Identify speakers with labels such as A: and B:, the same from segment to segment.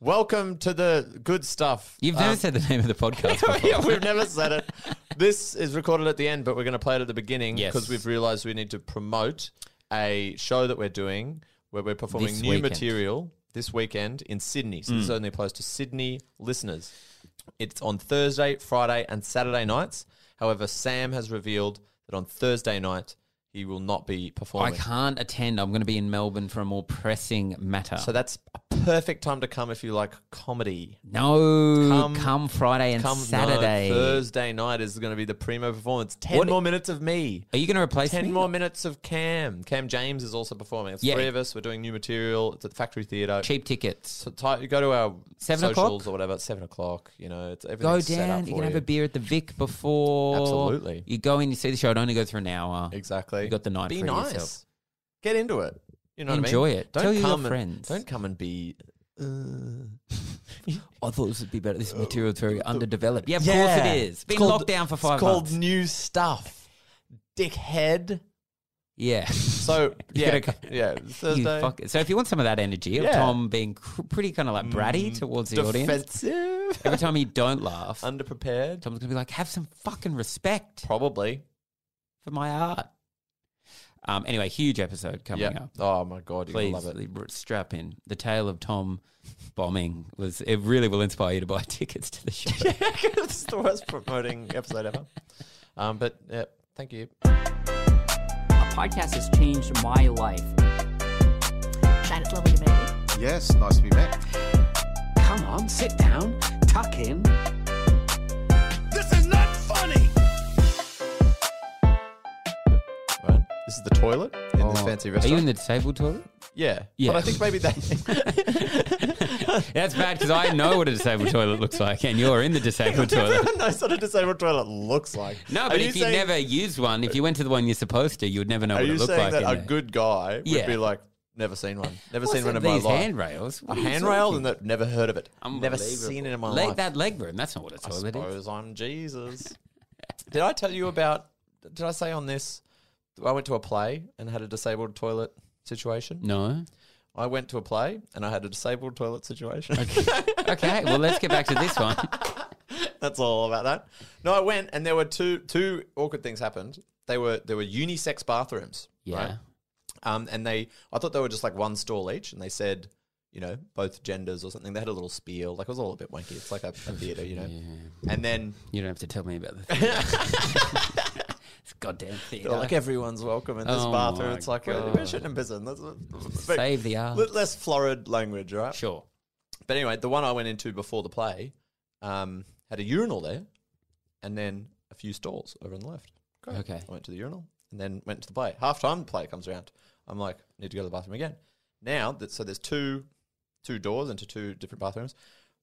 A: Welcome to the good stuff. Um,
B: You've never said the name of the podcast before.
A: yeah, we've never said it. This is recorded at the end, but we're going to play it at the beginning
B: Yes.
A: because we've realized we need to promote a show that we're doing where we're performing
B: This
A: new
B: weekend. Mm.
A: material this weekend in Sydney. So this only applies to Sydney listeners. It's on Thursday, Friday, and Saturday nights. However, Sam has revealed that on Thursday night he will not be
B: I
A: performing.
B: can't attend. I'm going to be in Melbourne for a more pressing matter.
A: So that's a perfect time to come if you like comedy.
B: no,
A: Come-
B: come, Friday and
A: Come no,
B: Saturday.
A: Thursday night is going to be the primo performance. Ten
B: What-
A: more minutes of me.
B: Are you going to replace
A: Ten
B: me?
A: more minutes of Cam. Cam James is also performing. It's
B: Yeah.
A: three of us. We're doing new material. It's at the Factory Theatre.
B: Cheap tickets.
A: So ty- you go to our
B: Seven o'clock?
A: socials or whatever. It's seven o'clock. You know, it's
B: Go
A: everything's set
B: down.
A: up for
B: You can
A: you.
B: have a beer at the Vic before.
A: Absolutely.
B: You go in, you see the show. It only goes for an hour.
A: exactly.
B: You got the night
A: Be
B: free to
A: nice.
B: yourself.
A: Get into it. You know, what I mean?
B: Enjoy it.
A: Don't
B: Tell your
A: come and-
B: friends.
A: don't come and be. Uh,
B: I thought this would be better. This material's very underdeveloped. Yeah, of course
A: Yeah.
B: it is.
A: It's
B: Been
A: called-
B: locked down for
A: it's
B: five
A: called
B: months.
A: new stuff. Dickhead.
B: yeah.
A: So
B: You
A: yeah,
B: gotta
A: yeah.
B: You
A: Thursday.
B: fuck- so if you want some of that energy of
A: Yeah. Mm-hmm.
B: Tom being cr- pretty kind of like bratty towards the audience,
A: Defensive.
B: every time you don't laugh,
A: Underprepared.
B: Tom's going to be like, have some fucking respect
A: Probably.
B: for my art. Um, anyway, huge episode coming
A: Yeah.
B: up.
A: Oh my god, you
B: Please
A: love it.
B: r- strap in. The tale of Tom bombing was it really will inspire you to buy tickets to the show.
A: it's the worst promoting episode ever. Um, but yeah, thank you.
C: A podcast has changed my life.
D: Shane, it's lovely to meet you.
E: Yes, nice to be met.
C: Come on, sit down, tuck in.
F: This is not funny.
A: Right. This is the toilet in this fancy
B: Oh. Are
A: restaurant.
B: you in the disabled toilet?
A: yeah.
B: Yeah.
A: But I think maybe they.
B: That's bad because I know what a disabled toilet looks like, and you're in the disabled toilet.
A: Everyone knows what a disabled toilet looks like.
B: No,
A: Are
B: but if you
A: saying-
B: never used one, if you went to the one you're supposed to, you would never know
A: Are
B: what
A: you
B: it looked
A: saying that
B: like. in
A: a
B: there.
A: good guy would
B: Yeah.
A: be like, never seen one, never
B: What's
A: seen one
B: with
A: in my
B: these
A: life?
B: handrails?
A: a
B: What are you
A: handrail
B: talking?
A: and that never heard of it. Never
B: Unbelievable.
A: seen it in my
B: Leg-
A: life.
B: That leg room. That's not what a
A: I
B: toilet is.
A: suppose I'm Jesus. did I tell you about? Did I say on this? I went to a play and had a disabled toilet situation.
B: No.
A: I went to a play and I had a disabled toilet situation.
B: Okay. Well, let's get back to this one.
A: That's all about that. No, I went and there were two two awkward things happened. They were there were unisex bathrooms.
B: Yeah.
A: right? Um, and they, I thought they were just like one stall each, and they said, you know, both genders or something. They had a little spiel, like it was all a bit wanky. It's like a, a theater, you know. And then
B: You don't have to tell me about the theater. it's a goddamn theater.
A: they're like everyone's welcome in this
B: Oh
A: bathroom.
B: my
A: It's like
B: God.
A: well, we shouldn't imprison. That's, that's a
B: Save the
A: bit-
B: art.
A: li- less florid language, all right?
B: Sure.
A: But anyway, the one I went into before the play um, had a urinal there, and then a few stalls over on the left. Great.
B: Okay.
A: I went to the urinal and then went to the play. Half time the play comes around. I'm like, need to go to the bathroom again. Now that so there's two two doors into two different bathrooms.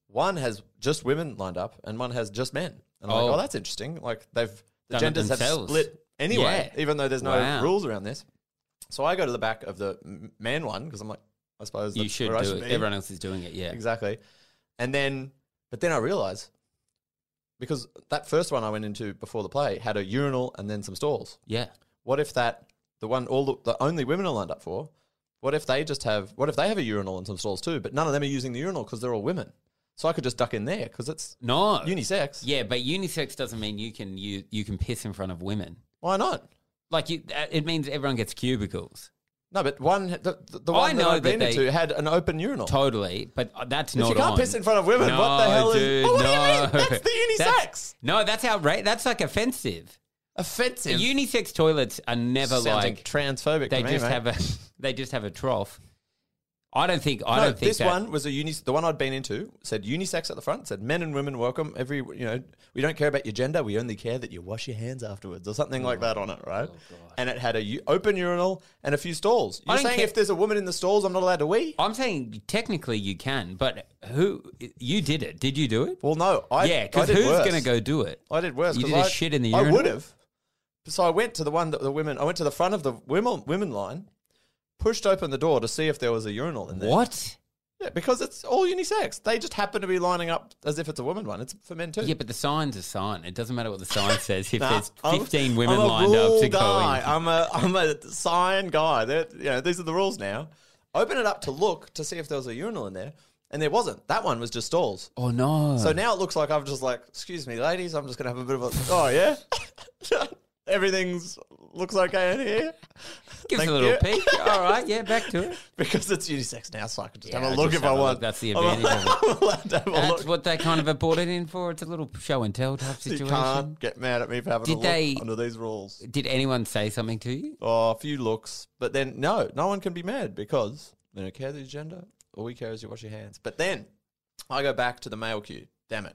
A: One has just women lined up and one has just men. And I'm like,
B: Oh.
A: oh, that's interesting. Like they've the
B: Done it
A: genders have
B: themselves.
A: split anyway,
B: Yeah.
A: even though there's no
B: Wow.
A: rules around this. So I go to the back of the m- man one because I'm like, I suppose
B: You
A: that's
B: should
A: where I
B: do it.
A: be.
B: Everyone else is doing it. Yeah.
A: Exactly. And then, but then I realized because that first one I went into before the play had a urinal and then some stalls.
B: Yeah.
A: What if that the one all the, the only women are lined up for? What if they just have? What if they have a urinal and some stalls too? But none of them are using the urinal because they're all women. So I could just duck in there because it's
B: No.
A: unisex.
B: yeah, but unisex doesn't mean you can you you can piss in front of women.
A: Why not?
B: Like you, uh, it means everyone gets cubicles.
A: No, but one the, the- the
B: I
A: one that
B: know
A: I've
B: that
A: been
B: they-
A: into had an open urinal.
B: Totally, but uh, that's
A: If
B: not
A: you can't
B: on.
A: piss in front of women, what the hell is- Oh, what do you mean? That's the unisex.
B: That's- no, that's outright. That's like offensive.
A: Offensive.
B: Unisex toilets are never
A: Sounds
B: like
A: transphobic.
B: they
A: to me,
B: just
A: mate.
B: have a they just have a trough. I don't think I
A: no,
B: don't think
A: this
B: that-
A: one was a uni. The one I'd been into said unisex at the front. Said men and women welcome. Every you know, we don't care about your gender. We only care that you wash your hands afterwards or something like that on it, right? and it had a u- open urinal and a few stalls.
B: Oh, I
A: You're
B: don't
A: saying
B: care-
A: if there's a woman in the stalls, I'm not allowed to wee?
B: I'm saying technically you can, but who you did it? Did you do it?
A: Well, no. I,
B: yeah,
A: I
B: because
A: did
B: who's
A: worse.
B: going to go do it?
A: I did worse.
B: You
A: 'cause
B: did a
A: I-
B: shit in the
A: I
B: urinal?
A: would have. So I went to the one that the women. I went to the front of the women women line, pushed open the door to see if there was a urinal in there.
B: What?
A: Yeah, because it's all unisex. They just happen to be lining up as if it's a woman one. It's for men too.
B: Yeah, but the sign's a sign. It doesn't matter what the sign says. If
A: Nah,
B: there's
A: I'm-
B: 15 women
A: I'm a
B: lined up
A: rule
B: to go
A: guy.
B: in,
A: I'm a I'm a sign guy. They're, you know, these are the rules now. Open it up to look to see if there was a urinal in there, And there wasn't. That one was just stalls.
B: Oh no!
A: So now it looks like I'm just like, excuse me, ladies, I'm just going to have a bit of a. Oh, yeah? Everything's looks okay in here
B: give us
A: thank
B: a little
A: you.
B: peek. All right, yeah, back to it.
A: because it's unisex now, so I can just
B: Yeah,
A: have a look
B: just
A: if
B: have
A: I
B: a look.
A: want.
B: That's the
A: I'm
B: advantage of it.
A: allowed to have a
B: That's
A: look.
B: what they kind of have brought it in for. It's a little show and tell type
A: You
B: situation.
A: can't get mad at me for having
B: Did
A: a look
B: they-
A: under these rules.
B: Did anyone say something to you?
A: Oh, a few looks, but then no, no one can be mad because they don't care the gender. All we care is you wash your hands. But then I go back to the male queue. Damn it!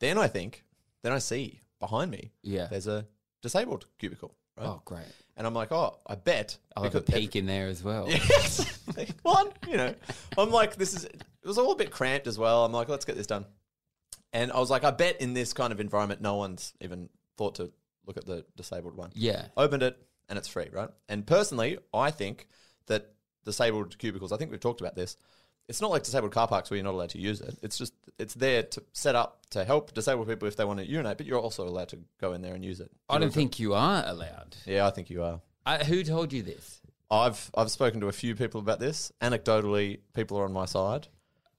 A: Then I think, then I see behind me,
B: Yeah.
A: there's a disabled cubicle, right?
B: Oh, great!
A: And I'm like, oh, I bet
B: I'll have a
A: because
B: peek in there as well.
A: Yes. One, you know, I'm like, this is, it was all a bit cramped as well. I'm like, let's get this done. And I was like, I bet in this kind of environment, no one's even thought to look at the disabled one.
B: Yeah.
A: Opened it and it's free, right? And personally, I think that disabled cubicles, I think we've talked about this. It's not like disabled car parks where you're not allowed to use it. It's just, it's there to set up to help disabled people if they want to urinate, but you're also allowed to go in there and use it.
B: I don't think you are allowed.
A: Yeah, I think you are.
B: I, who told you this?
A: I've I've spoken to a few people about this. Anecdotally, people are on my side.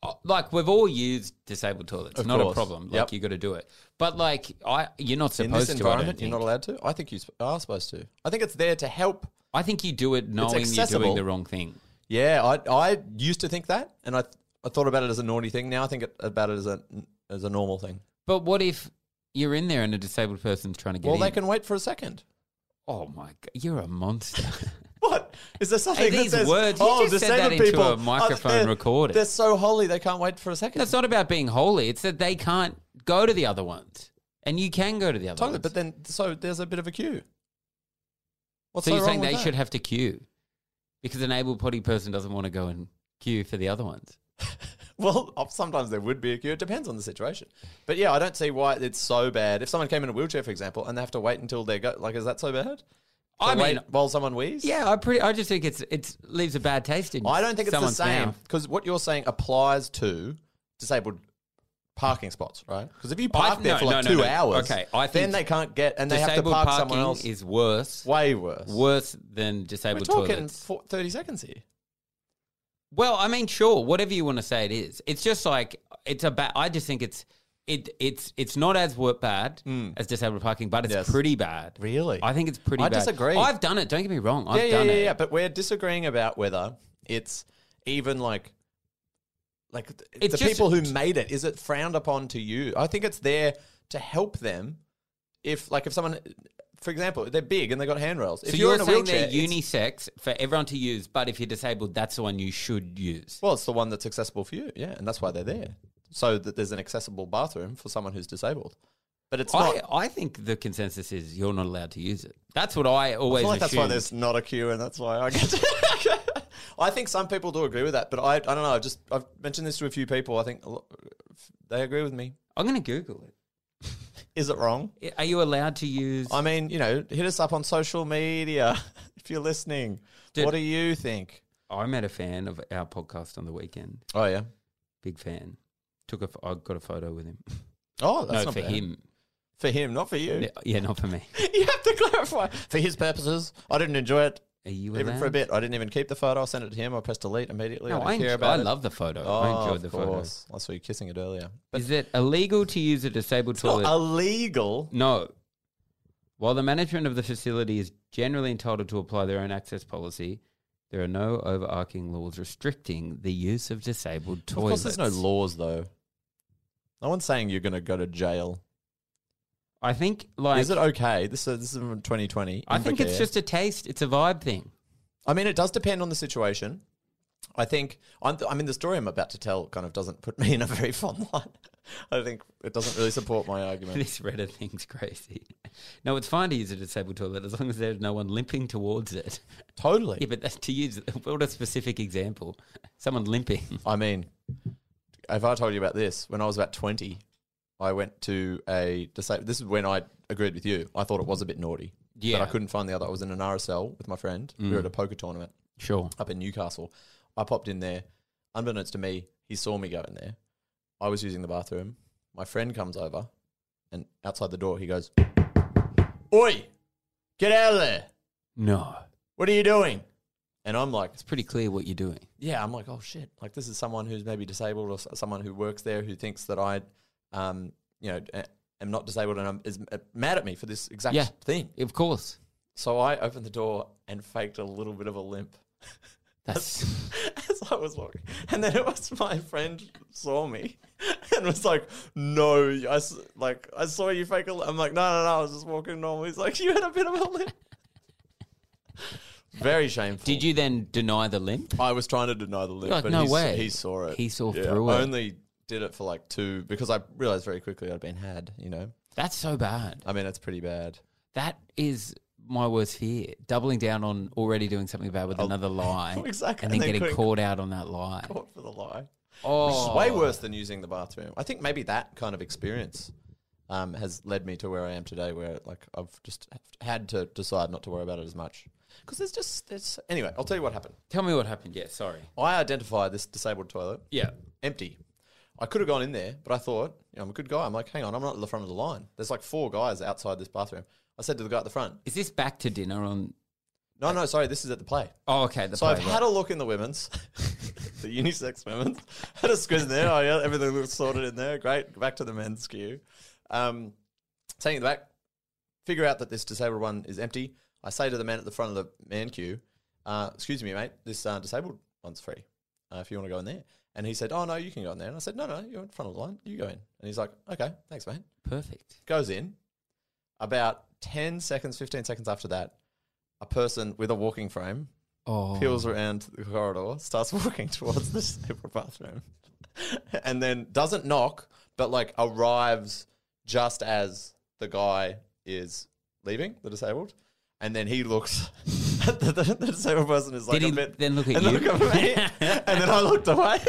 B: Uh, Like we've all used disabled toilets,
A: Of
B: not a
A: course.
B: problem. Like
A: Yep.
B: you got to do it, but like I, you're not
A: In
B: supposed
A: this
B: to. I
A: environment,
B: don't
A: you're not
B: think.
A: allowed to. I think you sp- are supposed to. I think it's there to help.
B: I think you do it knowing you're doing
A: accessible.
B: the wrong thing.
A: Yeah, I I used to think that, and I I thought about it as a naughty thing. Now I think it, about it as a as a normal thing.
B: But what if you're in there and a disabled person's trying to get
A: well,
B: in?
A: they can wait for a second.
B: oh my god, you're a monster.
A: What is there something
B: Hey,
A: that
B: these
A: says,
B: words, you
A: Oh,
B: just said that
A: disabled
B: into
A: people
B: a
A: are-
B: microphone
A: they're-
B: recording.
A: They're so holy they can't wait for a second.
B: That's not about being holy. It's that they can't go to the other ones, and you can go to the other
A: totally.
B: ones.
A: But then, so there's a bit of a queue. What's
B: so you're
A: wrong
B: saying
A: with
B: they
A: that?
B: should have to queue because an able potty person doesn't want to go and queue for the other ones.
A: Well, uh, sometimes there would be a queue. It depends on the situation. But yeah, I don't see why it's so bad. If someone came in a wheelchair, for example, and they have to wait until they go, like, is that so bad? To
B: I
A: wait
B: mean-
A: while someone wheezes?
B: Yeah, I pretty. I just think it's it's leaves a bad taste in.
A: I don't think it's the
B: someone's
A: same
B: mouth.
A: because what you're saying applies to disabled parking spots, right? Because if you
B: I-
A: park there
B: no,
A: for like
B: no, no,
A: two
B: no.
A: hours,
B: Okay, I
A: then
B: think
A: they can't get and they have to
B: Disabled
A: park
B: parking
A: somewhere else.
B: is worse.
A: way worse.
B: Worse than
A: We're
B: disabled
A: talking
B: toilets.
A: for 30 seconds here.
B: Well, I mean, sure, whatever you want to say, it is. It's just like it's a bad. I just think it's it it's it's not as wor- bad as disabled parking, but it's
A: Hmm. Yes.
B: pretty bad.
A: Really?
B: I think it's pretty.
A: I
B: bad.
A: disagree.
B: I've done it. Don't get me wrong. I've
A: yeah, yeah,
B: done
A: yeah,
B: it.
A: yeah. But we're disagreeing about whether it's even like, like th-
B: It's
A: the
B: just-
A: people who made it. Is it frowned upon to you? I think it's there to help them. If like if someone, for example, they're big and they got handrails. If
B: So you're,
A: in a
B: saying
A: wheelchair,
B: they're
A: it's-
B: unisex for everyone to use, but if you're disabled, that's the one you should use.
A: well, it's the one that's accessible for you. Yeah, and that's why they're there, so that there's an accessible bathroom for someone who's disabled. But it's not.
B: I, I think the consensus is you're not allowed to use it. That's what I always
A: I feel like that's why
B: assumed.
A: there's not a queue, and that's why I get. I think some people do agree with that, but I, I don't know. I've just I've mentioned this to a few people. I think a lo- they agree with me.
B: I'm going to Google it.
A: Is it wrong?
B: Are you allowed to use?
A: I mean, you know, hit us up on social media if you're listening.
B: Dude.
A: What do you think?
B: I met a fan of our podcast on the weekend.
A: Oh yeah.
B: Big fan. Took a. f- I got a photo with him.
A: Oh, that's
B: no,
A: not
B: for
A: bad.
B: him.
A: For him, not for you.
B: Yeah, yeah, not for me.
A: You have to clarify. For his purposes, I didn't enjoy it
B: Are you allowed?
A: even for a bit. I didn't even keep the photo. I sent it to him. I pressed delete immediately.
B: No,
A: I
B: I,
A: didn't care
B: enjoy-
A: about
B: I
A: it.
B: love the photo.
A: Oh,
B: I enjoyed the
A: of
B: photo.
A: course. I saw you kissing it earlier. But uh,
B: Is it illegal to use a disabled
A: it's not
B: toilet?
A: illegal.
B: No. While the management of the facility is generally entitled to apply their own access policy, there are no overarching laws restricting the use of disabled
A: Of course,
B: toilets.
A: there's no laws though. No one's saying you're going to go to jail.
B: I think, like,
A: is it okay? This is, this is from 2020.
B: I think it's
A: Invacare.
B: just a taste. It's a vibe thing.
A: I mean, it does depend on the situation. I think I'm, I mean the story I'm about to tell kind of doesn't put me in a very fun light. I think it doesn't really support my argument.
B: This Reddit thing's crazy. No, it's fine to use a disabled toilet as long as there's no one limping towards it.
A: totally.
B: Yeah, but that's to use what a specific example. Someone limping.
A: I mean, if I told you about this, when I was about 20, I went to a disabled. This is when I agreed with you. I thought it was a bit naughty.
B: Yeah.
A: But I couldn't find the other. I was in an RSL with my friend. We were at a poker tournament.
B: Sure.
A: up in Newcastle. I popped in there. Unbeknownst to me, he saw me go in there. I was using the bathroom. My friend comes over and outside the door he goes, Oi, get out of there.
B: No.
A: What are you doing? And I'm like,
B: It's pretty clear what you're doing.
A: yeah, I'm like, oh shit, like this is someone who's maybe disabled or s- someone who works there who thinks that I, um, you know, a- am not disabled and I'm, is uh, mad at me for this exact
B: Yeah.
A: thing.
B: Of course.
A: So I opened the door and faked a little bit of a limp
B: That's
A: as I was walking, and then it was my friend saw me and was like, "No, I s- like I saw you fake a." li-" I'm like, "No, no, no, I was just walking normal." He's like, "You had a bit of a limp." Very shameful.
B: Did you then deny the limp?
A: I was trying to deny the limp,
B: Like,
A: but
B: no
A: he, s-
B: way.
A: he saw it.
B: He saw
A: Yeah,
B: through
A: I
B: it.
A: only did it for like two because I realized very quickly I'd been had. You know,
B: That's so bad.
A: I mean that's pretty bad.
B: That is my worst fear. Doubling down on already doing something bad with another lie.
A: Exactly,
B: Oh.
A: and
B: And then
A: then
B: getting
A: getting
B: caught out on that lie.
A: Caught for the lie. It's
B: Oh,
A: way worse than using the bathroom. I think maybe that kind of experience um, has led me to where I am today, where like I've just had to decide not to worry about it as much. Because there's just there's anyway. I'll tell you what happened.
B: Tell me what happened. Yeah, sorry.
A: I identified this disabled toilet
B: Yeah.
A: empty. I could have gone in there, but I thought you know, I'm a good guy. I'm like, hang on, I'm not at the front of the line. There's like four guys outside this bathroom. I said to the guy at the front,
B: Is this back to dinner on?
A: no, no, sorry, this is at the play.
B: Oh, okay. The
A: So I've
B: playground.
A: had a look in the women's, the unisex women's. Had a squiz in there. Oh yeah, everything looks sorted in there. Great. Back to the men's queue. Um, taking it back, figure out that this disabled one is empty. I say to the man at the front of the man queue, uh, "Excuse me, mate, this uh, disabled one's free. Uh, if you want to go in there." And he said, "Oh no, you can go in there." And I said, "No, no, you're in front of the line. You go in." And he's like, "Okay, thanks, mate."
B: perfect.
A: goes in. About 10 seconds, 15 seconds after that, a person with a walking frame
B: Oh,
A: peels around the corridor, starts walking towards the separate bathroom, and then doesn't knock, but like arrives just as the guy is leaving, the disabled. And then he looks at the, the, the disabled person is like a
B: Did he
A: bit
B: then look at
A: and
B: you?
A: Look at me, and then I looked away.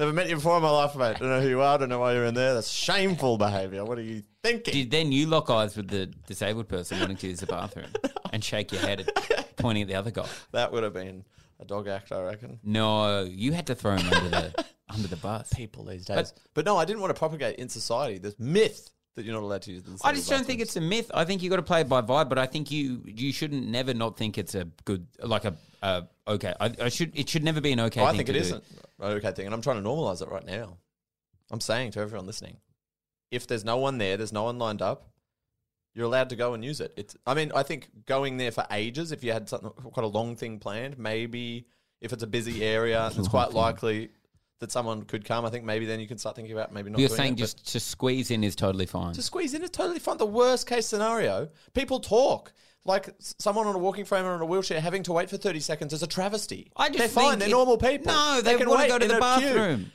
A: Never met you before in my life, mate. Don't know who you are. Don't know why you're in there. That's shameful behaviour. What are you thinking?
B: Did then you lock eyes with the disabled person wanting to use the bathroom and shake your head, at, pointing at the other guy?
A: that would have been a dog act, I reckon.
B: No, you had to throw him under the under the bus.
A: people these days. But, no, I didn't want to propagate in society this myth that you're not allowed to use the
B: I just don't think it's a myth. I think you got to play it by vibe, but I think you you shouldn't never not think it's a good like a uh, okay. I, I should it should never be an okay.
A: Oh, I
B: thing
A: think
B: to
A: it
B: do.
A: isn't an okay thing, and I'm trying to normalize it right now. I'm saying to everyone listening, if there's no one there, there's no one lined up, you're allowed to go and use it. It's. I mean, I think going there for ages, if you had something quite a long thing planned, maybe if it's a busy area, and it's quite likely that someone could come. I think maybe then you can start thinking about maybe not.
B: You're
A: doing
B: saying
A: it, but-
B: just to squeeze in is totally fine.
A: To squeeze in is totally fine. The worst case scenario, people talk. Like s- someone on a walking frame or in a wheelchair having to wait for 30 seconds is a travesty.
B: I just
A: They're fine.
B: think
A: They're
B: it-
A: normal people.
B: No, they, want to
A: wait
B: go to
A: in
B: the
A: a queue.
B: bathroom.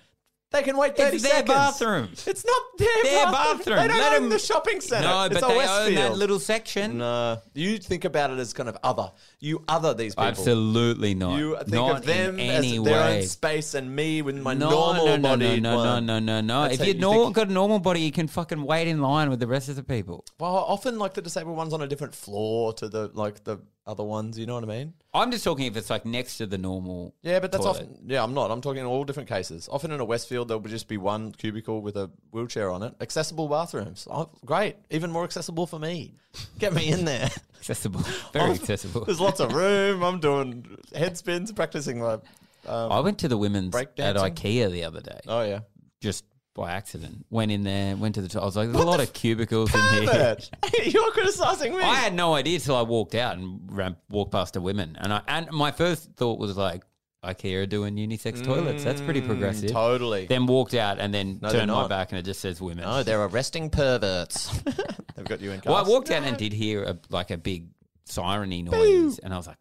A: They can wait 30
B: It's their
A: seconds.
B: bathroom.
A: It's not their,
B: Their
A: bathroom.
B: bathroom.
A: They don't
B: Let
A: own
B: 'em-
A: the shopping centre.
B: No,
A: it's
B: but
A: a
B: they own
A: Westfield.
B: that little section.
A: No. You think about it as kind of other. You other these people.
B: Absolutely not.
A: You think
B: not
A: of them
B: in
A: as
B: any
A: their
B: way.
A: own space and me with my
B: no,
A: normal
B: no, no,
A: body.
B: no, no, no, no, no.
A: That's
B: If
A: how
B: you've
A: you
B: nor-
A: think-
B: got a normal body, you can fucking wait in line with the rest of the people.
A: Well, often like the disabled ones on a different floor to the like the other ones. You know what I mean?
B: I'm just talking if it's like next to the normal.
A: Yeah, but that's
B: toilet.
A: often. Yeah, I'm not. I'm talking in all different cases. Often in a Westfield, there'll just be one cubicle with a wheelchair on it. Accessible bathrooms. Oh, great. Even more accessible for me. Get me in there.
B: accessible, very accessible.
A: There's lots of room. I'm doing head spins, practicing my. Um,
B: I went to the women's at
A: Breakdancing?
B: IKEA the other day,
A: oh, yeah.
B: just by accident. Went in there, went to the. to- I was like, there's a lot of cubicles in here.
A: But you're criticizing me.
B: I had no idea till I walked out and ran, walked past the women, and I and my first thought was like, IKEA are doing unisex toilets. That's
A: Mm,
B: pretty progressive.
A: totally.
B: Then walked out and then
A: No, they're
B: turned my
A: not.
B: back and it just says women.
A: no, they're arresting perverts. They've got you in.
B: well, I
A: cuffs.
B: walked out and did hear a, like a big sireny noise, and I was like,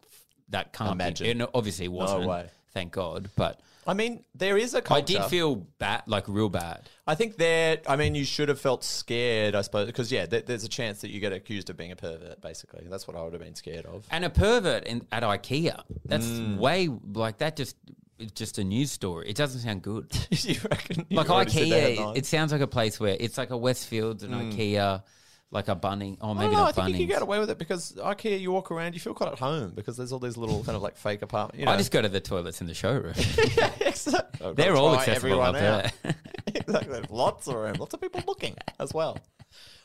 B: "That can't
A: Imagine.
B: be." And obviously, it wasn't.
A: way.
B: Thank God, but.
A: I mean, there is a culture.
B: I did feel bad, like real bad.
A: I think there. I mean, you should have felt scared, I suppose, because yeah, there, there's a chance that you get accused of being a pervert. Basically, that's what I would have been scared of.
B: And a pervert in, at IKEA. That's
A: Mm.
B: way like that. Just it's just a news story. It doesn't sound good.
A: you reckon? you
B: like
A: already said the
B: IKEA,
A: headline.
B: it sounds like a place where it's like a Westfields and
A: Mm.
B: IKEA, like a Bunnings. Oh,
A: I
B: maybe
A: don't know. I
B: not
A: think you can
B: Bunnings.
A: get away with it because IKEA, you walk around, you feel quite at home because there's all these little kind of like fake apartments. You know.
B: I just go to the toilets in the showroom.
A: Exact- I've
B: They're
A: gotta
B: all
A: try
B: accessible
A: everyone
B: up there.
A: out. exactly. Lots of room. Lots of people looking
B: Mm.
A: as well.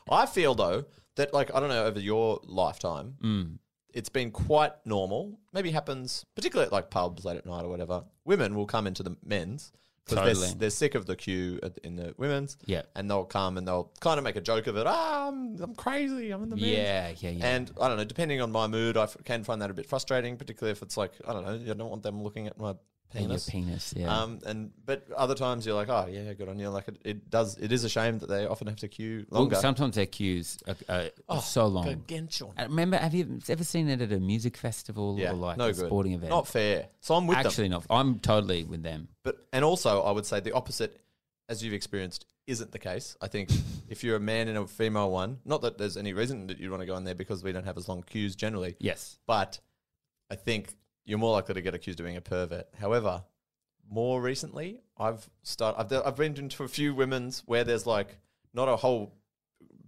A: I feel though that like I don't know over your lifetime it's been quite normal. Maybe happens particularly at like pubs late at night or whatever. Women will come into the men's because
B: Totally.
A: they're, they're sick of the queue at, in the women's.
B: Yeah.
A: and they'll come and they'll kind of make a joke of it. Ah, I'm, I'm crazy. I'm in the men's.
B: Yeah, yeah, yeah.
A: And I don't know. Depending on my mood, I f- can find that a bit frustrating, particularly if it's like I don't know. I don't want them looking at my
B: And your
A: penis.
B: penis, yeah.
A: Um, and but other times you're like, oh yeah, good on you. Like it, it does. It is a shame that they often have to queue longer. Oh,
B: Well, sometimes their queues are, are so long.
A: Gargantuan.
B: I remember, have you ever seen it at a music festival
A: Yeah,
B: or like
A: no
B: a
A: good.
B: sporting event?
A: Not fair. So I'm with them.
B: Actually, not. I'm totally with them.
A: But and also, I would say the opposite, as you've experienced, isn't the case. I think if you're a man and a female one, not that there's any reason that you want to go in there because we don't have as long queues generally.
B: Yes.
A: But I think you're more likely to get accused of being a pervert. However, more recently, I've start I've I've been into a few women's where there's like not a whole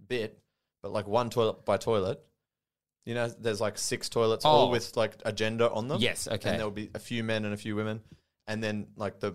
A: bit, but like one toilet by toilet. You know, there's like six toilets all
B: Oh.
A: with like agenda on them.
B: Yes, okay.
A: And there'll be a few men and a few women, and then like the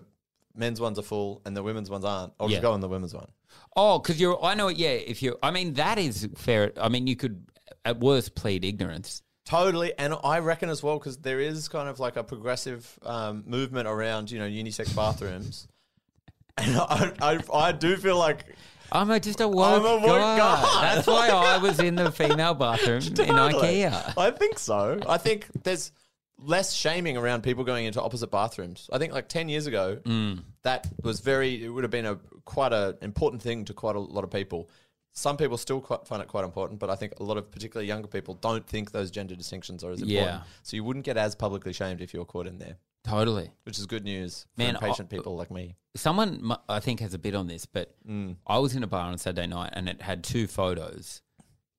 A: men's ones are full and the women's ones aren't. I'll
B: Yeah.
A: just go on the women's one.
B: Oh, because you're. I know it. Yeah. If you, I mean, that is fair. I mean, you could at worst plead ignorance.
A: Totally, and I reckon as well because there is kind of like a progressive um, movement around you know unisex bathrooms, and I, I I do feel like
B: I'm a, just a woke,
A: I'm a woke
B: guy.
A: guy.
B: That's why I was in the female bathroom in
A: Totally.
B: IKEA.
A: I think so. I think there's less shaming around people going into opposite bathrooms. I think like ten years ago,
B: Mm.
A: that was very. It would have been a quite a important thing to quite a lot of people. Some people still quite find it quite important, but I think a lot of particularly younger people don't think those gender distinctions are as important.
B: Yeah.
A: So you wouldn't get as publicly shamed if you were caught in there.
B: Totally.
A: which is good news for
B: Man,
A: impatient
B: I-
A: people like me.
B: someone mu- I think has a bit on this, but
A: Mm.
B: I was in a bar on Saturday night and it had two photos,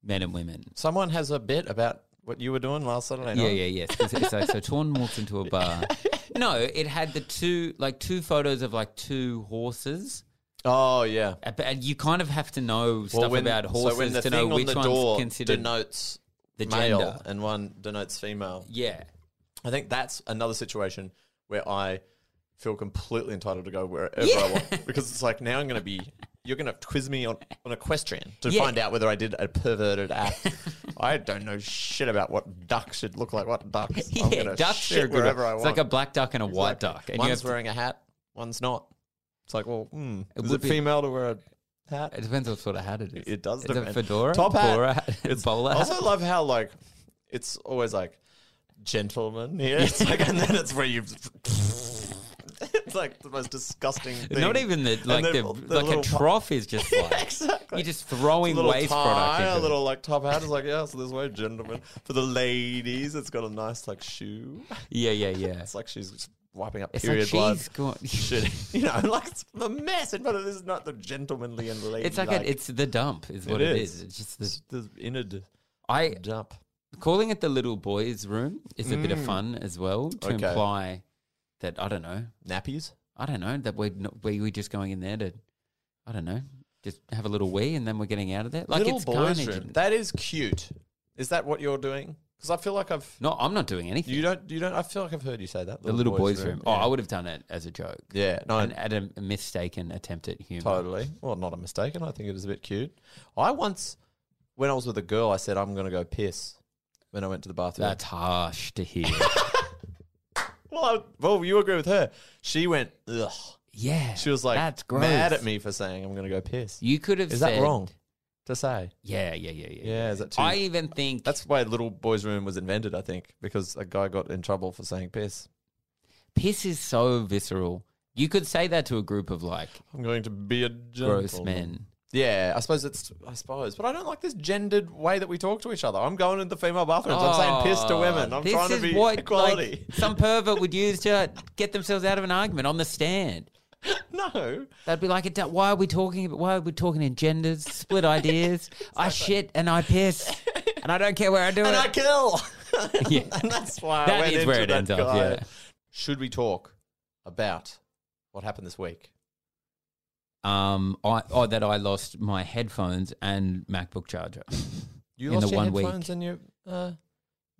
B: men and women.
A: Someone has a bit about what you were doing last Saturday night.
B: Yeah, yeah, yes. It's, it's like, so Torn walks into a bar. No, it had the two like two photos of like two horses.
A: Oh, yeah.
B: Uh, but- And you kind of have to know stuff about horses
A: so when the
B: to know
A: thing
B: which
A: on the
B: one's
A: door
B: considered
A: denotes
B: the
A: male
B: gender.
A: and one denotes female,
B: Yeah.
A: I think that's another situation where I feel completely entitled to go wherever I want because it's like now I'm going to be. You're going to quiz me on, on equestrian to
B: Yeah.
A: find out whether I did a perverted act. I don't know shit about what ducks should look like. What ducks? I'm
B: yeah,
A: gonna
B: ducks
A: shit
B: are a good.
A: wherever I
B: one. It's
A: want.
B: like a black duck and a white
A: Exactly.
B: duck. And
A: one's
B: you have to-
A: wearing a hat, one's not. It's like, well, hmm,
B: It
A: is
B: would
A: it
B: be-
A: female to wear a hat?
B: it depends what sort of hat it is.
A: It does
B: Is it
A: depend.
B: fedora,
A: top hat.
B: bowler hat,
A: It's,
B: bowler
A: I
B: hat?
A: also love how like it's always like gentlemen. Yeah, it's like, and then it's where you. it's like the most disgusting. Thing.
B: Not even the like
A: then
B: the,
A: the
B: like a
A: little pu-
B: trough is just like
A: exactly.
B: you're just throwing
A: little
B: waste
A: tie,
B: product.
A: a
B: Into
A: little like top hat is like yeah. So this way, gentlemen. For the ladies, it's got a nice like shoe.
B: it. Yeah, yeah, yeah.
A: It's like she's wiping up
B: It's
A: period
B: like
A: blood.
B: she's gone.
A: shit. You know, like it's a mess in front of this is not the gentlemanly and lady.
B: It's like, a, it's the dump is what
A: It
B: it is.
A: is.
B: It's just the
A: the inner d-
B: I
A: dump.
B: calling it the little boys' room is a bit of fun as well to
A: Mm. Okay.
B: imply that I don't know,
A: Nappies?
B: I don't know that we're not, we we just going in there to I don't know just have a little wee and then we're getting out of there. Like
A: Little
B: it's
A: boys'
B: carnage.
A: room.
B: and-
A: That is cute. Is that what you're doing? Because I feel like I've
B: no, I'm not doing anything.
A: you don't you don't I feel like I've heard you say that
B: the little boys', room.
A: Yeah.
B: Oh, I would have done it as a joke.
A: yeah, no,
B: and at a mistaken attempt at humor.
A: totally. Well, not a mistake, and I think it is a bit cute. I once, when I was with a girl, I said I'm going to go piss when I went to the bathroom.
B: That's harsh to hear.
A: well, I, well, you agree with her. She went, ugh.
B: yeah,
A: She was like,
B: "That's gross."
A: mad at me for saying I'm going to go piss.
B: You could have.
A: Is that
B: said-
A: wrong to say?
B: Yeah, yeah, yeah, yeah.
A: Yeah, is that too?
B: I even think
A: That's why Little Boys Room was invented, I think, because a guy got in trouble for saying piss.
B: piss is so visceral. You could say that to a group of like
A: I'm going to be a gentleman.
B: gross men.
A: Yeah, I suppose it's I suppose, but I don't like this gendered way that we talk to each other. I'm going into female bathrooms. I'm saying piss to women. I'm
B: Oh, This
A: trying to
B: is
A: be
B: what,
A: equality.
B: like, some pervert would use to get themselves out of an argument on the stand.
A: no,
B: They'd be like, "It don't- "Why are we talking? about- Why are we talking in genders? Split ideas? I shit and I piss, and I don't care where I do
A: and
B: it.
A: I kill.
B: Yeah.
A: and that's why I
B: That
A: went
B: is
A: into
B: where it
A: that
B: ends up,
A: guy.
B: yeah.
A: Should we talk about what happened this week?
B: Um, I oh that I lost my headphones and MacBook charger.
A: You
B: In
A: lost
B: the
A: your
B: one week.
A: headphones and your uh,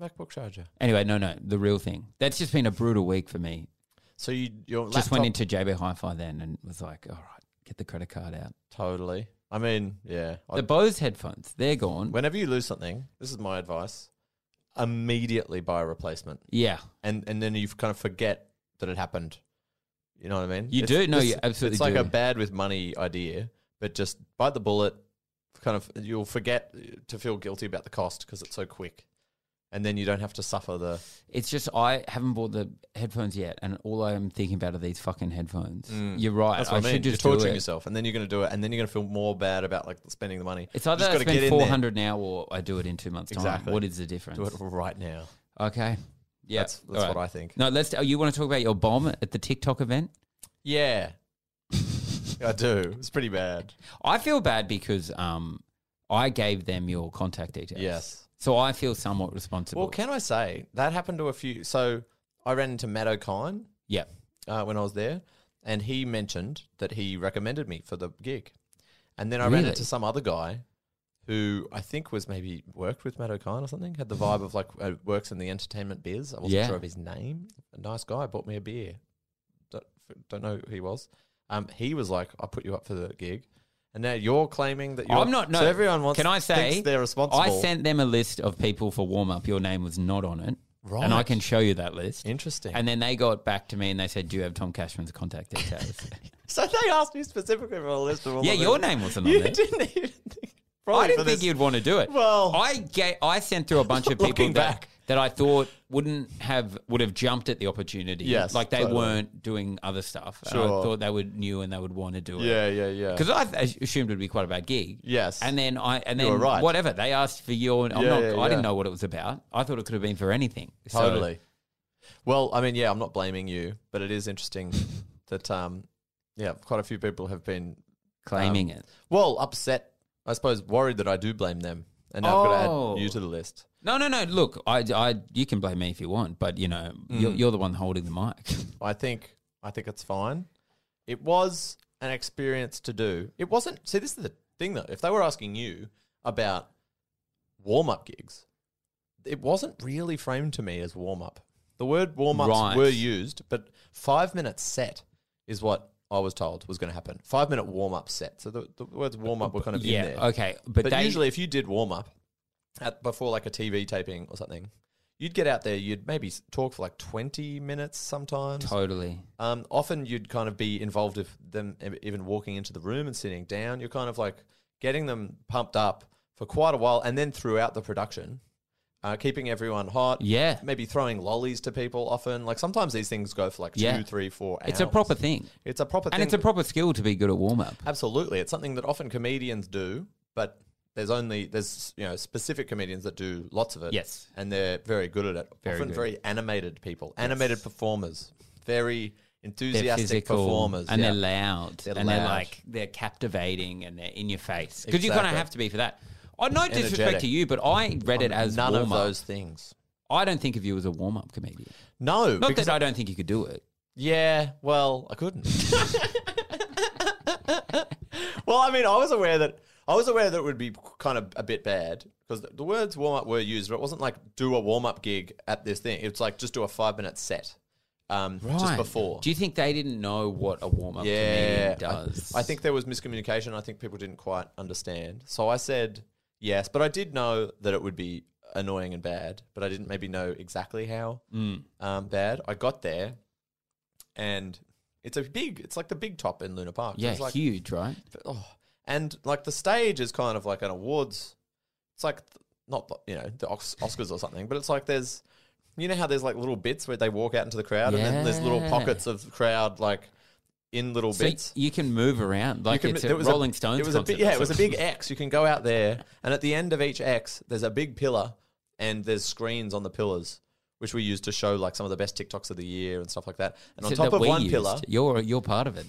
A: MacBook charger.
B: Anyway, no, no, the real thing. That's just been a brutal week for me.
A: So you your
B: Just went
A: laptop-
B: into JB Hi-Fi then and was like, all right, get the credit card out.
A: totally. I mean, yeah. I-
B: The Bose headphones, they're gone.
A: whenever you lose something, this is my advice. immediately buy a replacement,
B: Yeah,
A: and and then you kind of forget that it happened. You know what I mean?
B: You do? No, you absolutely
A: It's like
B: do.
A: a bad with money idea, but just bite the bullet. Kind of, you'll forget to feel guilty about the cost because it's so quick, and then you don't have to suffer the.
B: it's just I haven't bought the headphones yet, and all I'm thinking about are these fucking headphones. You're right.
A: Mm. That's what I, mean.
B: should
A: You're
B: just do
A: torturing
B: it.
A: yourself, and then you're going to do it, and then you're going to feel more bad about like spending the money.
B: It's
A: You
B: either
A: just
B: I
A: gotta
B: spend
A: in there.
B: four hundred now, or I do it in two months' time.
A: Exactly.
B: What is the difference?
A: Do it right now.
B: Okay. Yeah,
A: That's- that's
B: All
A: what I think.
B: No, let's. Oh, you want to talk about your bomb at the TikTok event?
A: Yeah, I do. It's pretty bad.
B: I feel bad because um, I gave them your contact details.
A: Yes.
B: So I feel somewhat responsible.
A: Well, can I say that happened to a few? So I ran into Matt O'Kine
B: yeah.
A: uh, when I was there, and he mentioned that he recommended me for the gig, and then I ran
B: Really?
A: into some other guy who I think was maybe worked with Matt O'Kine or something. Had the vibe of like uh, works in the entertainment biz. I wasn't
B: Yeah.
A: sure of his name. A nice guy bought me a beer. Don't, don't know who he was. Um, he was like, "I put you up for the gig." And now you're claiming that you're.
B: I'm not. No.
A: So everyone wants.
B: Can I say
A: thinks they're responsible?
B: I sent them a list of people for warm up. Your name was not on it.
A: Right.
B: And I can show you that list.
A: Interesting.
B: And then they got back to me and they said, "Do you have Tom Cashman's contact details?"
A: So they asked me specifically for a list of all.
B: yeah,
A: of
B: your
A: them.
B: name wasn't on
A: You
B: it.
A: didn't even think. Probably
B: I
A: for
B: didn't think
A: this-
B: you'd want to do it.
A: Well-
B: I ga- I sent through a bunch of people
A: Looking
B: that,
A: back.
B: that I thought wouldn't have would have jumped at the opportunity.
A: Yes,
B: like they
A: totally.
B: weren't doing other stuff. And I
A: Sure.
B: thought they would new and they would want to do it.
A: Yeah, yeah, yeah.
B: Because I th- assumed it would be quite a bad gig.
A: Yes.
B: And then I and
A: You
B: then
A: were right.
B: whatever they asked for your, I'm
A: Yeah,
B: not,
A: yeah,
B: I
A: yeah.
B: didn't know what it was about. I thought it could have been for anything. So-
A: totally. Well, I mean, yeah, I'm not blaming you, but it is interesting that, um, yeah, quite a few people have been Um,
B: claiming it.
A: well upset. I suppose worried that I do blame them, and now I've got to
B: Oh.
A: add you to the list.
B: No, no, no. Look, I, I, you can blame me if you want, but you know,
A: Mm.
B: you're, you're the one holding the mic.
A: I think, I think it's fine. It was an experience to do. It wasn't. See, this is the thing though. If they were asking you about warm up gigs, it wasn't really framed to me as warm up. The word warm ups
B: Right.
A: were used, but five minute set is what I was told was going to happen. Five minute warm up set. So the, the words warm up were kind of
B: yeah.
A: in there.
B: Okay, but,
A: But,
B: they,
A: usually, if you did warm up at before like a TV taping or something, you'd get out there. You'd maybe s- talk for like twenty minutes sometimes.
B: totally.
A: Um, often you'd kind of be involved with them e- even walking into the room and sitting down. You're kind of like getting them pumped up for quite a while, and then throughout the production, uh, keeping everyone hot.
B: Yeah.
A: maybe throwing lollies to people. Often, like sometimes these things go for like
B: Yeah.
A: two, three, four hours.
B: It's a proper thing,
A: It's a proper
B: and
A: thing.
B: it's a proper skill to be good at warm up.
A: Absolutely, it's something that often comedians do, but there's only there's you know specific comedians that do lots of it.
B: Yes.
A: and they're very good at it.
B: Very
A: often
B: good.
A: very animated people, animated performers, very enthusiastic performers,
B: and
A: yeah.
B: they're loud,
A: They're
B: and they're
A: loud.
B: like they're captivating, and they're in your face because you kind of
A: Exactly.
B: have to be for that. I no disrespect
A: Energetic.
B: to you, but I read it as
A: none of
B: warm-up.
A: those things.
B: I don't think of you as a warm up comedian.
A: No,
B: Not
A: because
B: that I don't think you could do it.
A: yeah, well, I couldn't. well, I mean, I was aware that I was aware that it would be kind of a bit bad because the, the words warm up were used, but it wasn't like do a warm up gig at this thing. It's like just do a five minute set, um, just
B: Right.
A: before.
B: Do you think they didn't know what a warm up
A: yeah,
B: comedian
A: I-
B: does?
A: I, think there was miscommunication. I think people didn't quite understand. So I said yes, but I did know that it would be annoying and bad, but I didn't maybe know exactly how
B: Mm.
A: um, bad. I got there, and it's a big. It's like the big top in Luna Park. So
B: yeah,
A: it's like,
B: huge, right?
A: oh, and like the stage is kind of like an awards. It's like th- not the- you know the Ox- Oscars or something, but it's like there's you know how there's like little bits where they walk out into the crowd, and then there's little
B: Yeah.
A: pockets of crowd like in little
B: So
A: bits.
B: you can move around like
A: You can-
B: it's a
A: there was a-
B: Rolling Stones.
A: It was a big,
B: concert
A: yeah,
B: or
A: it was a
B: something.
A: big X. You can go out there, and at the end of each X, there's a big pillar, and there's screens on the pillars, which we use to show like some of the best TikToks of the year and stuff like that. And on
B: So
A: top
B: that
A: of
B: we
A: one
B: used.
A: pillar, Oh,
B: You're you're part of it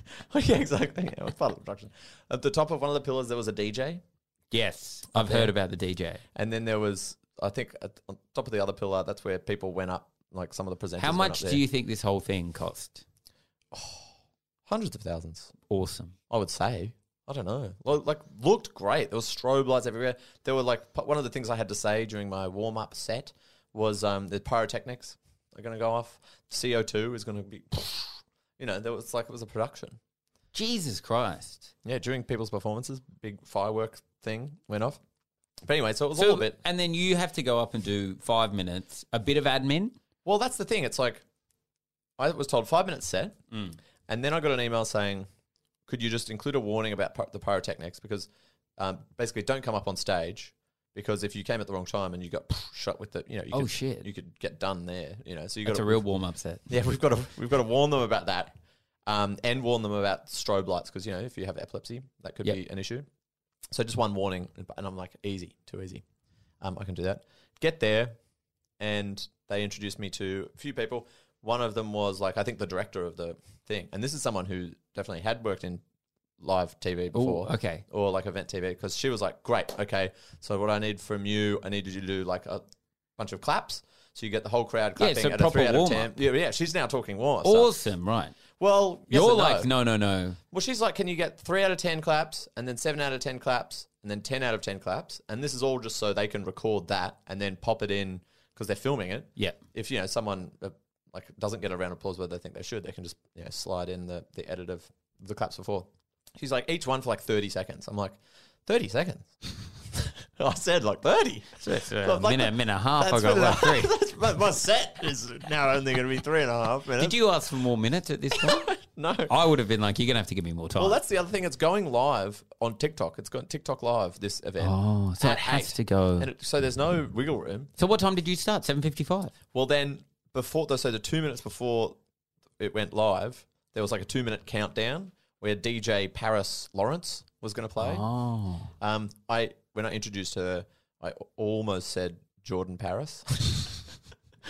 B: now.
A: yeah, exactly. Yeah, it was part of the production. At the top of one of the pillars, there was a DJ,
B: yes, I've heard about the DJ.
A: and then there was, I think, at, on top of the other pillar, that's where people went up. Like some of the presenters.
B: How
A: went
B: much
A: up there.
B: do you think this whole thing cost?
A: Hundreds of thousands,
B: Awesome.
A: I would say. I don't know. Lo- Like looked great. There was strobe lights everywhere. There were like p- one of the things I had to say during my warm up set was um, the pyrotechnics are going to go off. CO two is going to be, you know, there was like it was a production.
B: Jesus Christ.
A: Yeah, during people's performances, big firework thing went off. But anyway, so it was a
B: So,
A: little bit.
B: and then you have to go up and do five minutes, a bit of admin.
A: Well, that's the thing. It's like I was told five minutes set,
B: Mm.
A: and then I got an email saying, "Could you just include a warning about py- the pyrotechnics? Because um, basically, don't come up on stage because if you came at the wrong time and you got shot with the, you know, you
B: Oh,
A: could,
B: shit.
A: you could get done there. You know, so you got
B: It's a real warm up set.
A: yeah, we've got to we've got to warn them about that, um, and warn them about strobe lights because you know if you have epilepsy, that could
B: Yep.
A: be an issue. So just one warning, and I'm like, easy, too easy. Um, I can do that. Get there, and they introduced me to a few people. One of them was like, I think the director of the thing, and this is someone who definitely had worked in live TV before
B: okay.
A: or like event TV because she was like, "Great, okay. So what I need from you, I need you to do like a bunch of claps, so you get the whole crowd
B: Yeah,
A: clapping
B: so
A: at a
B: proper
A: three out of ten.
B: warm-up.
A: Yeah, yeah. She's now talking warm. So.
B: Awesome, right?
A: Well, yes
B: You're
A: and
B: like, no, no, no.
A: Well, she's like, "Can you get three out of ten claps, and then seven out of ten claps, and then ten out of ten claps?" And this is all just so they can record that and then pop it in because they're filming it.
B: Yeah.
A: If you know someone uh, like doesn't get a round of applause where they think they should, they can just you know slide in the the edit of the claps before. She's like each one for like thirty seconds. I'm like, thirty seconds. I said like thirty.
B: A
A: Like
B: uh,
A: the-
B: minute, minute and a half. I
A: that's
B: got
A: what-
B: like three.
A: that's- my, my set is now only going to be three and a half minutes.
B: Did you ask for more minutes at this point?
A: No.
B: I would have been like, you're gonna have to give me more time.
A: Well, that's the other thing. It's going live on TikTok. It's going TikTok live this event.
B: oh, so
A: at
B: it has
A: eight.
B: to go.
A: And it, so there's no wiggle room.
B: So what time did you start? Seven fifty-five.
A: Well, then before the, so the two minutes before it went live, there was like a two minute countdown where DJ Paris Lawrence was going to play.
B: Oh,
A: Um, I when I introduced her, I almost said Jordan Paris.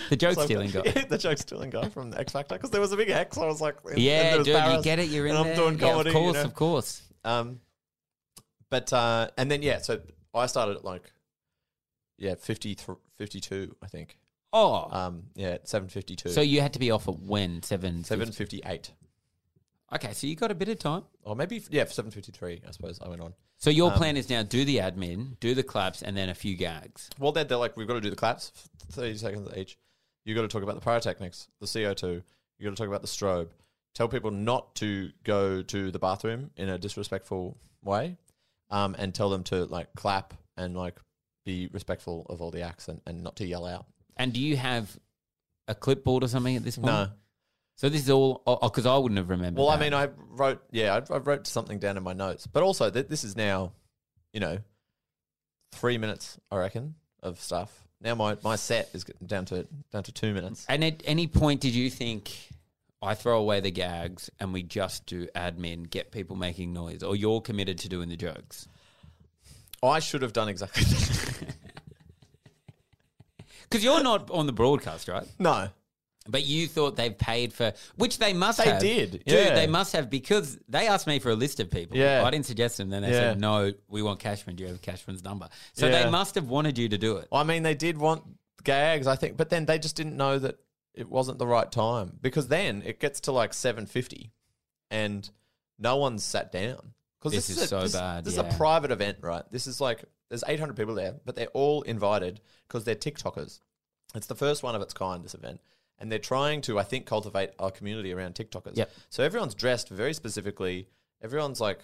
B: the joke
A: So-
B: stealing guy.
A: Yeah, the joke stealing guy from X Factor because there was a big X. I was like, and- and
B: Yeah,
A: there was
B: dude, you
A: Paris,
B: get it. You're in
A: and
B: there.
A: I'm doing
B: Yeah,
A: comedy.
B: of
A: you
B: course,
A: know?
B: of course.
A: Um, but uh, and then yeah, so I started at like yeah 50 th- 52, I think.
B: Oh,
A: Um, yeah, seven fifty two,
B: so you had to be off at when seven?
A: seven
B: Seven.
A: fifty eight,
B: Okay, so you got a bit of time.
A: or maybe yeah seven fifty three. I suppose I went on.
B: So your plan is now do the admin, do the claps, and then a few gags.
A: Well, they're, they're like we've got to do the claps, thirty seconds each. You got to talk about the pyrotechnics, the CO two. You got to talk about the strobe. Tell people not to go to the bathroom in a disrespectful way, um, and tell them to like clap and like be respectful of all the acts and, and not to yell out.
B: And do you have a clipboard or something at this point?
A: No.
B: So this is all because I wouldn't have remembered.
A: Well, I
B: that.
A: mean, I wrote, yeah, I, I wrote something down in my notes, but also th- this is now, you know, three minutes, I reckon, of stuff. Now my, my set is getting down to down to two minutes.
B: And at any point, did you think I throw away the gags and we just do admin, get people making noise, or you're committed to doing the jokes?
A: I should have done exactly that.
B: Because you're not on the broadcast, right?
A: no,
B: But you thought they paid for, which they must
A: They
B: have.
A: did,
B: Dude,
A: yeah.
B: they must have because they asked me for a list of people.
A: Yeah.
B: I didn't suggest them. Then they
A: Yeah.
B: said, no, we want Cashman. Do you have Cashman's number? So they
A: Yeah.
B: must have wanted you to do it.
A: I mean they did want gags, I think, but then they just didn't know that it wasn't the right time because then it gets to like seven fifty, and no one's sat down because
B: This is
A: a,
B: so
A: this,
B: bad,
A: This is
B: yeah.
A: a private event, right? This is like there's eight hundred people there, but they're all invited because they're TikTokers. It's the first one of its kind. This event. And they're trying to, I think, cultivate our community around TikTokers.
B: Yep.
A: So everyone's dressed very specifically. Everyone's like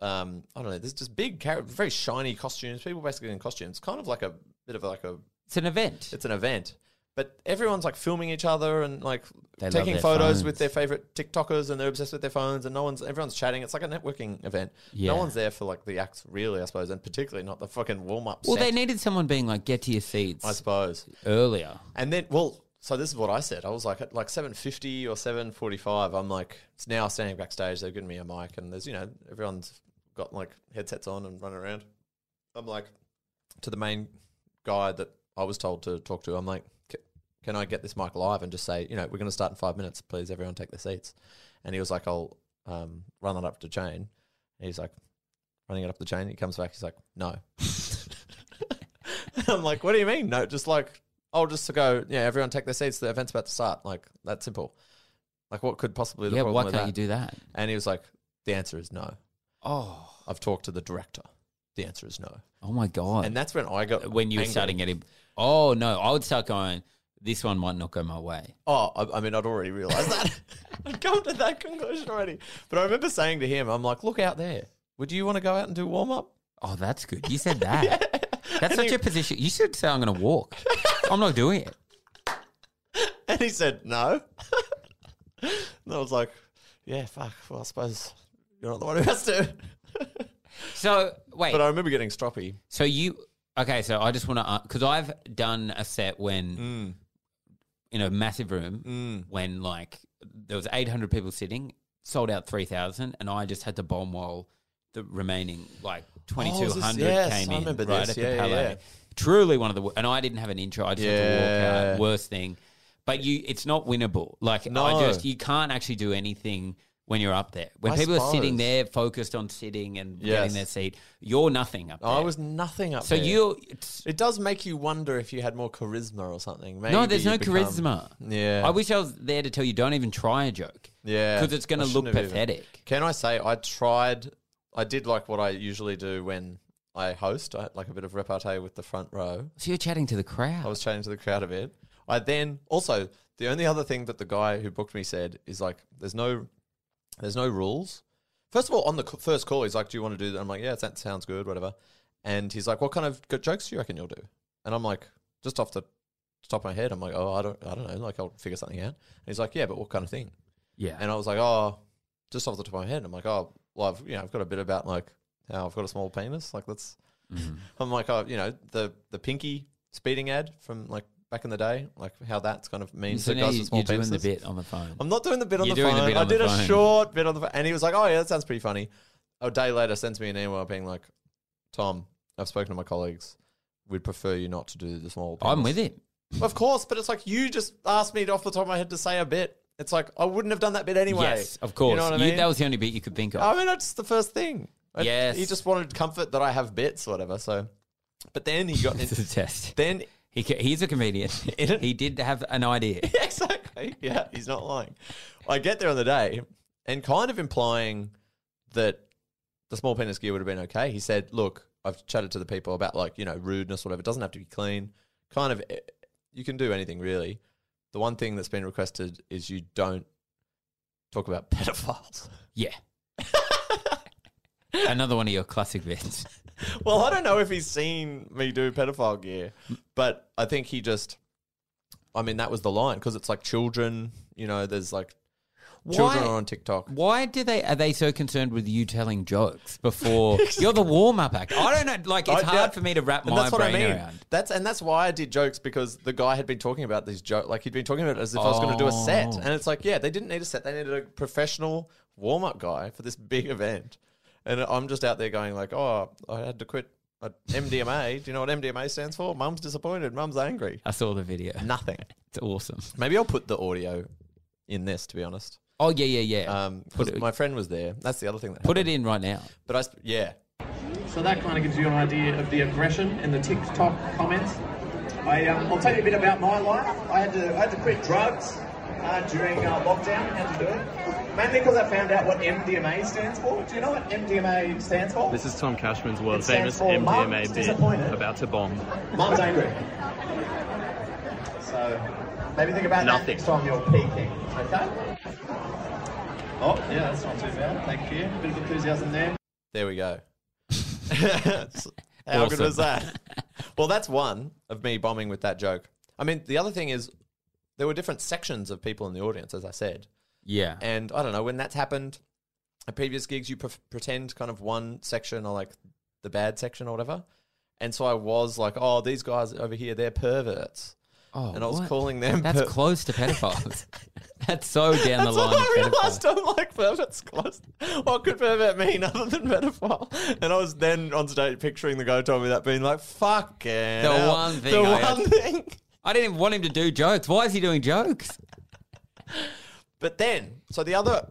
A: um, I don't know. There's just big, car- very shiny costumes. People basically in costumes. Kind of like a bit of like a.
B: It's an event.
A: It's an event, but everyone's like filming each other and like
B: They love
A: taking
B: their
A: photos
B: phones.
A: with their favorite TikTokers, and they're obsessed with their phones. And no one's everyone's chatting. It's like a networking event.
B: Yeah.
A: No one's there for like the acts, really. I suppose, and particularly not the fucking warm up.
B: well, they needed someone being like, get to your seats
A: I suppose.
B: earlier.
A: And then, well, so this is what I said. I was like, at like seven fifty or seven forty-five. I'm like, it's now standing backstage. They've given me a mic, and there's you know everyone's got like headsets on and running around. I'm like, to the main guy that I was told to talk to. I'm like, "C- can I get this mic live and just say, you know, we're going to start in five minutes. Please, everyone, take their seats. And he was like, I'll um, run that up to chain. And he's like, running it up the chain. He comes back. He's like, no. I'm like, what do you mean? No, just like, I'll just go, yeah, everyone take their seats. The event's about to start. Like, that's simple. Like, what could possibly the
B: Yeah,
A: problem
B: why
A: with
B: can't
A: that?
B: you do that?
A: And he was like, the answer is no.
B: Oh,
A: I've talked to the director. The answer is no.
B: oh my god!
A: And that's when I got
B: when you were
A: angry.
B: starting getting, oh no, I would start going. This one might not go my way.
A: Oh, I, I mean, I'd already realised that. I'd come to that conclusion already. But I remember saying to him, I'm like, look out there. Would you want to go out and do warm up?
B: Oh, that's good. You said that. That's such a position. You should say, I'm going to walk. I'm not doing it.
A: And he said, no. and I was like, yeah, fuck. Well, I suppose you're not the one who has to.
B: So, wait.
A: But I remember getting stroppy.
B: So you okay? So I just want to because I've done a set when
A: Mm.
B: in a massive room when like there was eight hundred people sitting, sold out three thousand, and I just had to bomb while the remaining like twenty two hundred
A: Oh, yes,
B: came
A: I
B: in
A: remember
B: right
A: this.
B: at
A: Yeah,
B: the
A: yeah,
B: Palais.
A: yeah.
B: Truly one of the wo- and I didn't have an intro. I just had to walk
A: Yeah.
B: out. Worst thing, but you it's not winnable. Like I
A: No.
B: just you can't actually do anything. When you're up there, when
A: I
B: people are sitting
A: suppose.
B: there focused on sitting and
A: Yes.
B: getting their seat, you're nothing up there.
A: I was nothing up
B: So
A: there.
B: you, it's,
A: It does make you wonder if you had more charisma or something. Maybe
B: no, there's
A: you
B: no
A: become-
B: charisma.
A: Yeah.
B: I wish I was there to tell you don't even try a joke.
A: Yeah.
B: because it's going
A: I
B: to look
A: shouldn't have even-
B: pathetic.
A: Can I say I tried? I did like what I usually do when I host, I, like a bit of repartee with the front row.
B: So you're chatting to the crowd.
A: I was chatting to the crowd a bit. I then also the only other thing that the guy who booked me said is like, "There's no, there's no rules." First of all, on the c- first call, he's like, "Do you want to do that?" I'm like, "Yeah, that sounds good, whatever." And he's like, "What kind of good jokes do you reckon you'll do?" And I'm like, just off the top of my head, I'm like, "Oh, I don't, I don't know. Like, I'll figure something out." And he's like, "Yeah, but what kind of thing?"
B: yeah,
A: And I was like, "Oh, just off the top of my head." I'm like, "Oh, well, I've, you know, I've got a bit about like how I've got a small penis. Like, let's
B: Mm-hmm.
A: I'm like, oh, you know, the the pinky speeding ad from like back in the day, like how that's kind of means
B: so
A: that
B: now
A: guys
B: you,
A: with small
B: you're doing the
A: penises.
B: bit on the phone.
A: I'm not doing the bit on
B: You're
A: the
B: doing
A: phone.
B: the bit
A: I
B: on the
A: did a
B: phone.
A: short bit on the phone, and he was like, oh yeah, that sounds pretty funny. A day later, sends me an email being like, Tom, I've spoken to my colleagues. We'd prefer you not to do the small. Penis.
B: I'm with it.
A: Of course, but it's like you just asked me off the top of my head to say a bit. It's like I wouldn't have done that bit anyway.
B: yes, of course.
A: You know what I mean?
B: that was the only bit you could think of.
A: I mean, that's the first thing. I-
B: Yes.
A: he just wanted comfort that I have bits or whatever. So, but then he got.
B: it's a test.
A: then
B: He, ca- he's a comedian.
A: Isn't-
B: he did have an idea.
A: exactly. Yeah, he's not lying. I get there on the day and kind of implying that the small penis gear would have been okay. He said, "Look, I've chatted to the people about like you know rudeness, whatever. It doesn't have to be clean. Kind of, eh, you can do anything really. The one thing that's been requested is you don't talk about pedophiles.
B: Yeah. Another one of your classic bits.
A: well, I don't know if he's seen me do pedophile gear, but I think he just." I mean, that was the line because it's like children. You know, there's like children
B: Why-
A: are on TikTok.
B: Why do they are they so concerned with you telling jokes before you're the warm up act? I don't know. Like it's
A: I-
B: hard
A: that-
B: for me to wrap
A: and
B: my
A: that's what
B: brain
A: I mean.
B: around.
A: That's and that's why I did jokes because the guy had been talking about these jokes, like he'd been talking about it as if I was going to do a set,
B: Oh.
A: and it's like, yeah, they didn't need a set; they needed a professional warm up guy for this big event, and I'm just out there going like, oh, I had to quit uh, MDMA. do you know what MDMA stands for? Mum's disappointed. Mum's angry.
B: I saw the video.
A: Nothing.
B: It's awesome.
A: Maybe I'll put the audio in this. To be honest,
B: Oh yeah, yeah, yeah.
A: um, 'cause
B: it-
A: my friend was there. That's the other thing that
B: Put
A: happened.
B: it in right now.
A: But I, sp- yeah,
E: So that kind of gives you an idea of the aggression in the TikTok comments.
G: I, um, I'll tell you a bit about my life. I had to, I had to quit drugs uh, during uh, lockdown. Had to do it mainly because I found out what MDMA stands for. Do you know what MDMA stands for?
H: This is Tom Cashman's
G: It
H: world
G: stands
H: famous
G: for
H: MDMA
G: Mum's
H: bit
G: Disappointed.
H: about to bomb.
G: Mum's angry. So maybe think about
H: Nothing.
G: that next time you're peaking. Okay. Oh yeah, that's not too bad. Thank you. Bit of enthusiasm there.
A: There we go. How good
B: Awesome.
A: was that? Well, that's one of me bombing with that joke. I mean, the other thing is there were different sections of people in the audience, as I said.
B: Yeah.
A: And I don't know, when that's happened at previous gigs, you pre- pretend kind of one section or like the bad section or whatever. And so I was like, oh, these guys over here, they're perverts.
B: oh,
A: and I was
B: what?
A: calling them
B: That's
A: per-
B: close to pedophiles. That's so down the
A: That's all
B: line.
A: I
B: of
A: realised.
B: pedophile.
A: I'm like, pervert's close. What could pervert mean other than pedophile? And I was then on stage picturing the guy who told me that being like, fuck it.
B: The one thing
A: The
B: I-
A: one thing.
B: I didn't even want him to do jokes. Why is he doing jokes?
A: But then, so the other,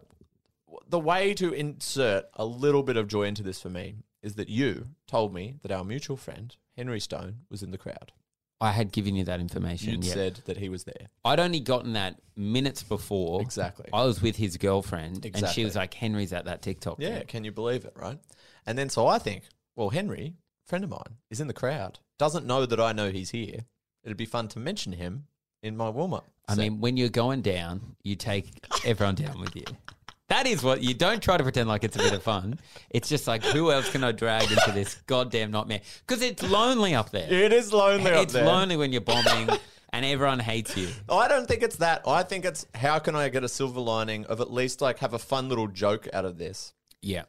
A: the way to insert a little bit of joy into this for me is that you told me that our mutual friend, Henry Stone, was in the crowd.
B: I had given you that information.
A: You'd
B: yeah.
A: said that he was there.
B: I'd only gotten that minutes before.
A: Exactly.
B: I was with his girlfriend, and she
A: Exactly.
B: was like, "Henry's at that TikTok."
A: Yeah,
B: thing."
A: can you believe it, right? And then so I think, well, Henry, friend of mine, is in the crowd, doesn't know that I know he's here. It'd be fun to mention him in my warm up.
B: I mean, when you're going down, you take everyone down with you. That is what you don't try to pretend like it's a bit of fun. It's just like who else can I drag into this goddamn nightmare? Because it's lonely up there.
A: It is lonely up
B: it's
A: there.
B: lonely when you're bombing and everyone hates you.
A: I don't think it's that. I think it's how can I get a silver lining of at least like have a fun little joke out of this,
B: Yeah.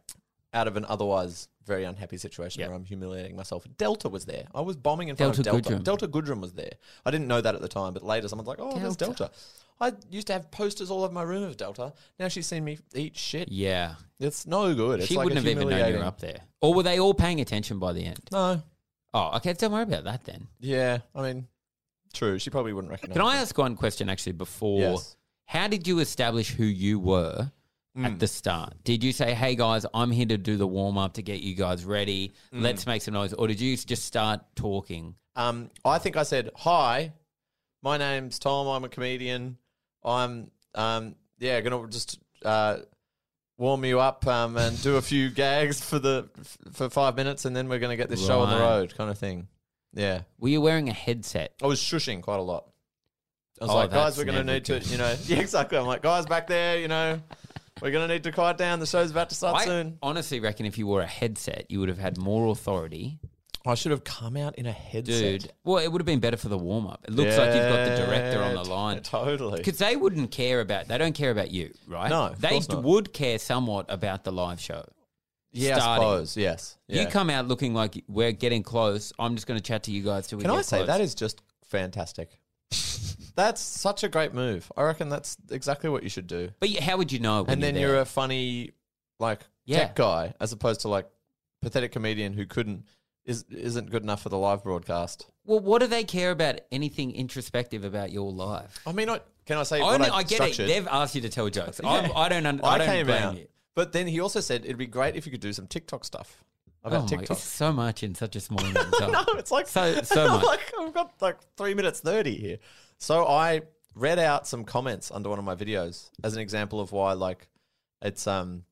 A: out of an otherwise very unhappy situation
B: Yep.
A: where I'm humiliating myself. Delta was there. I was bombing in front
B: Delta
A: of Delta.
B: Goodrum.
A: Delta Goodrum was there. I didn't know that at the time, but later someone's like, "Oh, there's Delta." I used to have posters all over my room of Delta. Now she's seen me eat shit.
B: Yeah.
A: It's no good. It's
B: she
A: like a
B: wouldn't have even known you were
A: humiliating-
B: up there. Or were they all paying attention by the end?
A: No.
B: Oh, okay. Don't worry about that then.
A: Yeah. I mean, true. She probably wouldn't recognize.
B: Can I ask one question actually before?
A: Yes.
B: How did you establish who you were
A: Hmm.
B: at the start? Did you say, hey guys, I'm here to do the warm up to get you guys ready?
A: Hmm.
B: Let's make some noise. Or did you just start talking?
A: Um, I think I said, "Hi, my name's Tom. I'm a comedian. I'm um, yeah, gonna just uh, warm you up um, and do a few gags for the f- for five minutes, and then we're gonna get this show on the
B: Right.
A: road, kind of thing." Yeah,
B: Were you wearing a headset?
A: I was shushing quite a lot. I was
B: Oh,
A: like,
B: that's
A: "Guys, we're gonna
B: never
A: need
B: good.
A: to, you know, yeah, exactly." I'm like, "Guys, back there, you know, we're gonna need to quiet down. The show's about to start
B: I
A: soon."
B: honestly reckon if you wore a headset, you would have had more authority.
A: I should have come out in a headset,
B: Dude, well, it would have been better for the warm up. It looks like you've got the director on the
A: Yeah,
B: line.
A: Totally.
B: Because they wouldn't care about, they don't care about you, right?
A: No, of
B: they
A: course not.
B: would care somewhat about the live show.
A: Yeah, I
B: starting.
A: suppose. Yes.
B: You
A: Yeah.
B: come out looking like we're getting close. I'm just going to chat to you guys till we
A: Can
B: get
A: I say
B: close.
A: that is just fantastic? that's such a great move. I reckon that's exactly what you should do.
B: But you- how would you know? When
A: and then
B: you're,
A: you're,
B: there?
A: a funny, like
B: Yeah.
A: tech guy, as opposed to like pathetic comedian who couldn't is isn't good enough for the live broadcast.
B: well, what do they care about anything introspective about your life?
A: I mean, I, can I say?
B: I,
A: what
B: know-
A: I,
B: Oh, I get
A: structured?
B: it. They've asked you to tell jokes. I'm, I don't. Un- I, don't blame you.
A: But then he also said it'd be great if you could do some TikTok stuff
B: Oh
A: about
B: my,
A: TikTok.
B: it's so much in such a small amount of time.
A: no, it's like
B: So- so much.
A: like I've got like three minutes thirty here. So I read out some comments under one of my videos as an example of why like it's um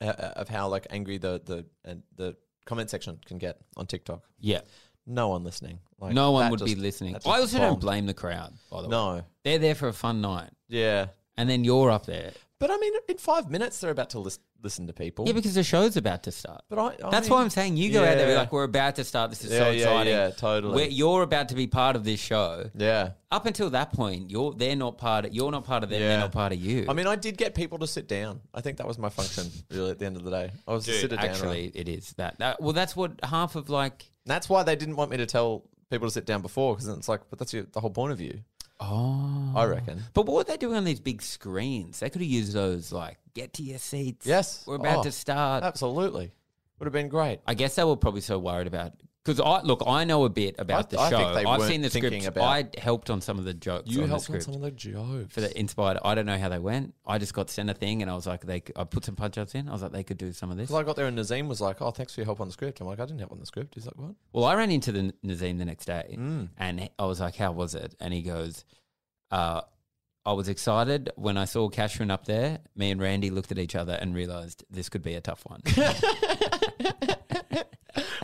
A: uh, uh, of how like angry the the and the comment section can get on TikTok.
B: Yeah,
A: No one listening. Like,
B: no one
A: that
B: would be
A: just-
B: listening.
A: that just
B: I also don't
A: bombed.
B: blame the crowd. By the way,
A: No.
B: they're there for a fun night,
A: Yeah.
B: and then you're up there.
A: But I mean, in five minutes they're about to lis- listen to people.
B: Yeah, because the show's about to start.
A: But I- I
B: that's
A: mean-
B: why I'm saying you go out there and be
A: Yeah.
B: like, "We're about to start. This is so
A: Yeah, yeah,
B: exciting.
A: yeah, totally.
B: We're- you're about to be part of this show.
A: yeah.
B: Up until that point, you're they're not part. Of, you're not part of them. They're
A: Yeah.
B: not part of you.
A: I mean, I did get people to sit down. I think that was my function, really, at the end of the day. I was a sitter down.
B: actually, it is that, that. Well, that's what half of like.
A: That's why they didn't want me to tell people to sit down before because it's like, but that's your, the whole point of view.
B: Oh,
A: I reckon.
B: but what are they doing on these big screens? They could have used those like get to your seats.
A: Yes.
B: we're about
A: Oh,
B: to start.
A: Absolutely. Would have been great.
B: I guess they were probably so worried about because I look. I know a bit about
A: I-
B: the
A: I
B: show.
A: think they
B: I've
A: weren't
B: seen the
A: thinking
B: script.
A: about-
B: I helped on some of the jokes.
A: You
B: on the
A: helped on
B: script.
A: some of the jokes.
B: for the inspired. I don't know how they went. I just got sent a thing, and I was like, they. c- I put some punch ups in. I was like, they could do some of this.
A: Because I got there and Nazim was like, oh, thanks for your help on the script. I'm like, I didn't help on the script. He's like, what?
B: Well, I ran into the N- Nazim the next day,
A: Mm.
B: and he- I was like, how was it? And he goes, uh, I was excited when I saw Cashman up there. Me and Randy looked at each other and realized this could be a tough one.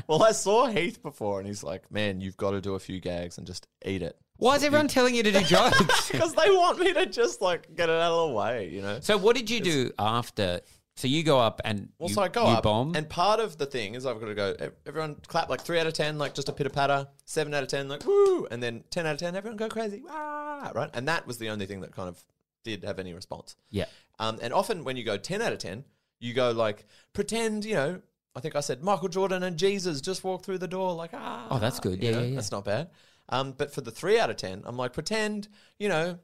A: Well, I saw Heath before and he's like, man, you've got to do a few gags and just eat it.
B: Why is everyone telling you to do jokes?
A: Because they want me to just like get it out of the way, you know?
B: so, what did you do after? So you go up and
A: Well,
B: you,
A: so I go
B: you
A: up,
B: bomb.
A: and part of the thing is I've got to go. ev- Everyone clap like three out of ten, like just a pitter patter. Seven out of ten, like woo, and then ten out of ten, everyone go crazy, ah, right? And that was the only thing that kind of did have any response.
B: yeah,
A: Um, and often when you go ten out of ten, you go like pretend, you know. I think I said Michael Jordan and Jesus just walked through the door, like ah.
B: Oh, that's good.
A: you
B: Yeah,
A: know,
B: yeah, yeah.
A: That's not bad. Um, but for the three out of ten, I'm like pretend, you know,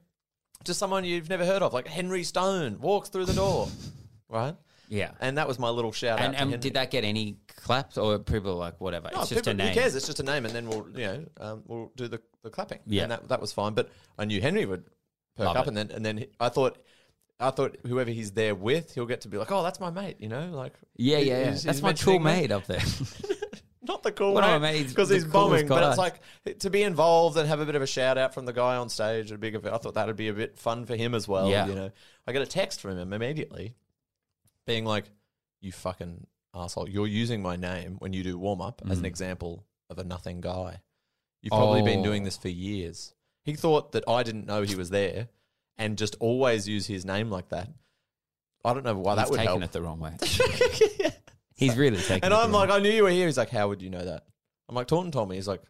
A: just someone you've never heard of, like Henry Stone walks through the door, right?
B: yeah.
A: And that was my little shout out.
B: And,
A: to
B: and
A: Henry.
B: did that get any claps or people like whatever?
A: No,
B: it's just
A: people-
B: a name.
A: Who cares? It's just a name, and then we'll you know um, we'll do the, the clapping.
B: Yeah.
A: and that, that was fine. But I knew Henry would perk
B: Love
A: up,
B: it.
A: and then and then he- I thought. I thought whoever he's there with, he'll get to be like, "Oh, that's my mate," you know, like
B: Yeah,
A: he-
B: yeah, yeah.
A: he's-
B: That's
A: he's
B: my cool
A: mentioning me.
B: mate up there.
A: not the cool
B: One of my
A: mate
B: mates,
A: because
B: the
A: he's
B: coolest
A: bombing. But it's
B: guy.
A: like to be involved and have a bit of a shout out from the guy on stage. A big, I thought that'd be a bit fun for him as well.
B: Yeah.
A: you know, I get a text from him immediately, being like, "You fucking asshole! You're using my name when you do warm up as an example of a nothing guy. You've probably been
B: Mm. Oh.
A: doing this for years." He thought that I didn't know he was there, and just always use his name like that. I don't know why
B: He's
A: that would
B: taken
A: help.
B: it the wrong way. He's really
A: And
B: taken it. the
A: I'm
B: wrong
A: like, I knew you were here. He's like, how would you know that? I'm like, Taunton told me. He's like,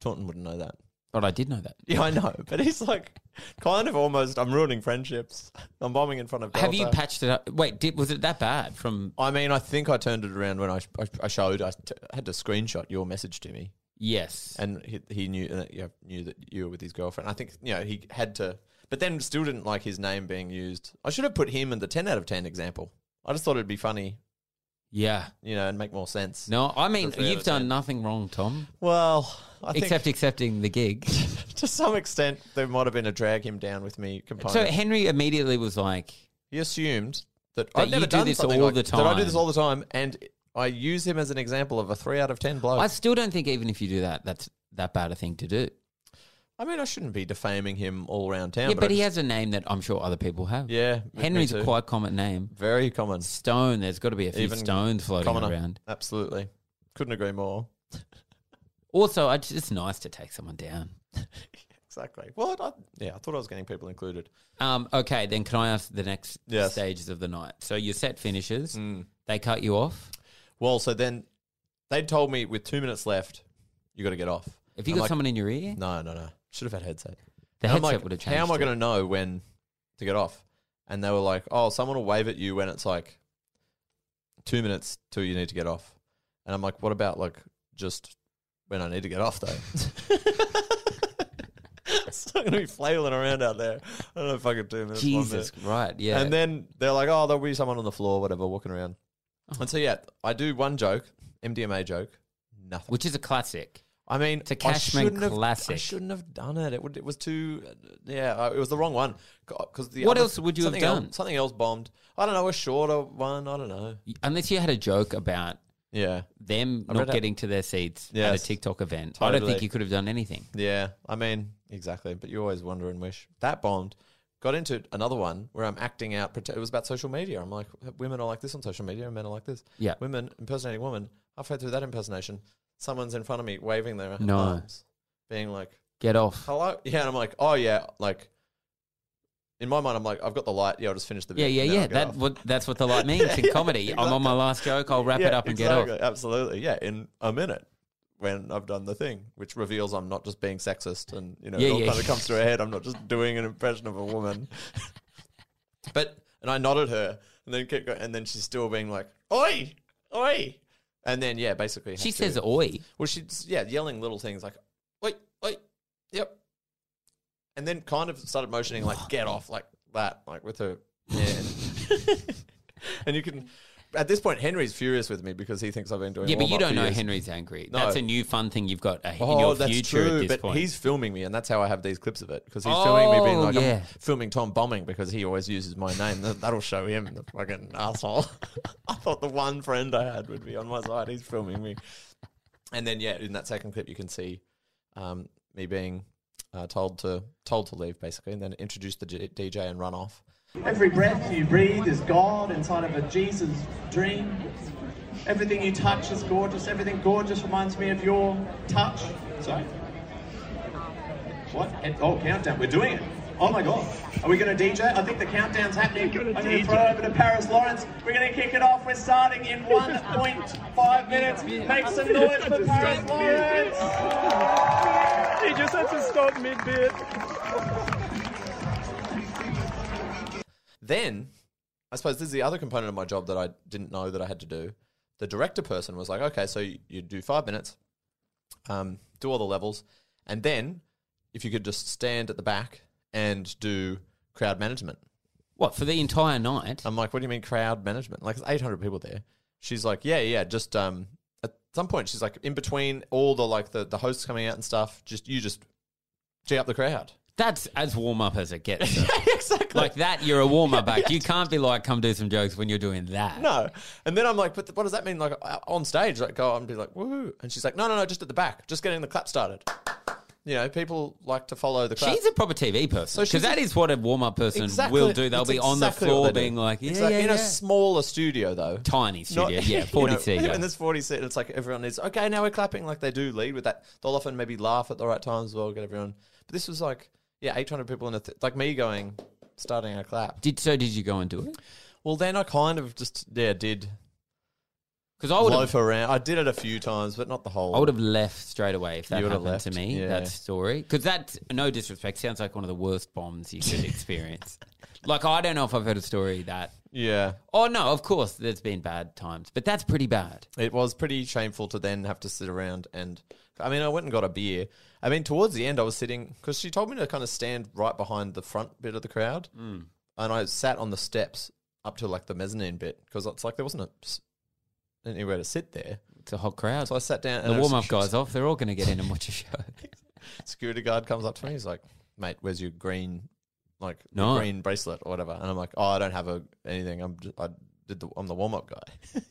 A: Taunton wouldn't know that.
B: but I did know that.
A: Yeah, I know. But he's like, kind of almost, I'm ruining friendships. I'm bombing in front of
B: Have you
A: Delta.
B: patched it up? Wait, did, was it that bad? From
A: I mean, I think I turned it around when I, sh- I, I showed, I t- had to screenshot your message to me.
B: yes,
A: And he, he knew, uh, yeah, knew that you were with his girlfriend. I think, you know, he had to, but then still didn't like his name being used. I should have put him in the 10 out of 10 example. I just thought it'd be funny,
B: yeah.
A: you know, and make more sense.
B: No, I mean
A: Prefer
B: you've
A: the
B: done
A: ten.
B: nothing wrong, Tom,
A: Well, I think
B: except accepting the gig.
A: to some extent, there might have been a drag him down with me component.
B: so Henry immediately was like,
A: he assumed that,
B: That
A: I've never
B: you do
A: done
B: this
A: something
B: all
A: like-
B: the
A: That I do this
B: time.
A: all the time, and I use him as an example of a three out of ten bloke.
B: I
A: I,
B: still don't think even if you do that, that's that bad a thing to do.
A: mean, I shouldn't be defaming him all around town.
B: yeah, but
A: I
B: he
A: just-
B: has a name that I'm sure other people have.
A: Yeah, me
B: Henry's a
A: too.
B: quite common name.
A: very common,
B: Stone. There's got to be a few
A: Even
B: stones floating
A: commoner.
B: around.
A: Absolutely, couldn't agree more.
B: Also, I just, it's nice to take someone down.
A: Exactly. What? I, yeah, I thought I was getting people included.
B: Um, okay, then can I ask the next
A: Yes. Mm.
B: stages of the night? So your set finishes. They cut you off.
A: Well, so then they told me with two minutes left, you got to get off.
B: If you
A: I'm
B: got
A: like,
B: someone in your ear,
A: No, no, no. Should have had headset.
B: the
A: And I'm
B: headset
A: like,
B: would have changed.
A: How am I
B: it.
A: going to know when to get off? And they were like, oh, someone will wave at you when it's like two minutes till you need to get off. And I'm like, what about like just when I need to get off though? it's not going to be flailing around out there. I don't know, fucking two minutes. one minute.
B: Jesus, right? Yeah.
A: And then they're like, oh, there'll be someone on the floor, whatever, walking around.
B: Oh.
A: And so, yeah, I do one joke, MDMA joke, nothing.
B: which is a classic.
A: I mean,
B: It's a
A: I
B: Cashman
A: shouldn't have- I
B: classic.
A: shouldn't have done it. It, would, it was too, yeah, I, it was the wrong one. Because
B: What else would you have done?
A: something else bombed. I don't know, a shorter one. I don't know.
B: Unless you had a joke about
A: Yeah,
B: them
A: read
B: not
A: that.
B: getting to their seats at
A: Yes.
B: a TikTok event, I don't
A: Totally.
B: think you could have done anything.
A: yeah. I mean, exactly. But you always wonder and wish that bombed. Got into another one where I'm acting out. prote- It was about social media. I'm like, women are like this on social media, and men are like this.
B: Yeah.
A: women impersonating women. Halfway through that impersonation, someone's in front of me waving their
B: No.
A: arms, being like,
B: Get off.
A: hello yeah and i'm like oh yeah like in my mind i'm like i've got the light yeah i'll just finish the
B: Yeah,
A: bit
B: yeah,
A: and then
B: yeah.
A: I'll get
B: That
A: off.
B: what that's what the light means in comedy. I'm on my last joke. I'll wrap it
A: Yeah,
B: up and
A: exactly,
B: get off.
A: absolutely yeah in a minute when i've done the thing which reveals i'm not just being sexist and you know
B: Yeah,
A: it all
B: yeah.
A: kind of comes to a head i'm not just doing an impression of a woman but and i nodded her and then kept going, and then she's still being like oi oi and then yeah basically had
B: She
A: to-
B: says, "Oi."
A: Well, she's yeah, yelling little things like "wait, wait, yep," and then kind of started motioning like "get off" like that, like with her. Yeah, and, and you can. At this point, Henry's furious with me because he thinks I've been doing.
B: Yeah, but you
A: warm-up
B: don't
A: for
B: know
A: years.
B: Henry's angry.
A: No.
B: That's a new fun thing you've got uh, in
A: Oh,
B: your
A: that's
B: future
A: true.
B: at this
A: But
B: point.
A: he's filming me, and that's how I have these clips of it because he's filming me being
B: Oh,
A: like,
B: yeah.
A: I'm filming Tom bombing because he always uses my name. That- That'll show him the fucking asshole. I thought the one friend I had would be on my side. He's filming me, and then yeah, in that second clip, you can see um, me being uh, told to told to leave basically, and then introduce the G- DJ and run off.
E: Every breath you breathe is God inside of a Jesus dream. Everything you touch is gorgeous. Everything gorgeous reminds me of your touch. Sorry. What? And- Oh, countdown. We're doing it. Oh my God. Are we going to DJ? I think the countdown's happening. I'm going to throw it over to Paris Lawrence. We're going to kick it off. We're starting in 1.5 minutes. Make some noise for Paris Lawrence.
H: He just had to stop mid bit.
A: Then, I suppose this is the other component of my job that I didn't know that I had to do. The director person was like, okay, so you, you do five minutes, um, do all the levels, and then if you could just stand at the back and do crowd management.
B: what for the entire night?
A: I'm like, what do you mean crowd management? Like, there's 800 people there. She's like, yeah, yeah, just um, at some point, she's like, in between all the like the, the hosts coming out and stuff, just you just G up the crowd.
B: That's as warm up as it gets.
A: exactly.
B: like that, you're a warm up act. You can't be like, "Come do some jokes" when you're doing that.
A: no. And then I'm like, but what does that mean? Like uh, on stage, like go and be like, woo. And she's like, no, no, no, just at the back, just getting the clap started. You know, people like to follow the clap.
B: She's a proper TV person because
A: she's
B: that
A: a-
B: is what a warm up person will do. They'll
A: that's
B: be on the
A: exactly what
B: floor
A: they do.
B: being like, "Yeah,
A: Exactly.
B: yeah,
A: in a
B: yeah."
A: smaller studio though.
B: tiny
A: Not-
B: studio, yeah,
A: you
B: forty
A: know,
B: seat.
A: When there's 40 seat, it's like everyone needs, okay, now we're clapping. Like they do lead with that. They'll often maybe laugh at the right times as well, get everyone. But this was like, yeah, 800 people in a, th- like me going, starting a clap.
B: Did so? Did you go and do it?
A: Well, then I kind of just yeah did
B: Because I would have
A: loaf around. I did it a few times, but not the whole.
B: I would have left straight away if that
A: You would have
B: happened to
A: left,
B: me.
A: yeah.
B: That story, because that, no disrespect, sounds like one of the worst bombs you could experience. like I don't know if I've heard a story that.
A: yeah,
B: Oh no, of course there's been bad times, but that's pretty bad.
A: it was pretty shameful to then have to sit around and. I mean, I went and got a beer. I mean, towards the end, I was sitting because she told me to kind of stand right behind the front bit of the crowd,
B: Mm.
A: and I sat on the steps up to like the mezzanine bit because it's like there wasn't a, s- anywhere to sit there.
B: It's a hot crowd.
A: So I sat down. And
B: the
A: I was-
B: warm up guys off. They're all going to get in and watch a show.
A: security guard comes up to me. He's like, "Mate, where's your green, like your
B: No.
A: green bracelet or whatever?" And I'm like, "Oh, I don't have a anything. I'm just, I did the I'm the warm up guy."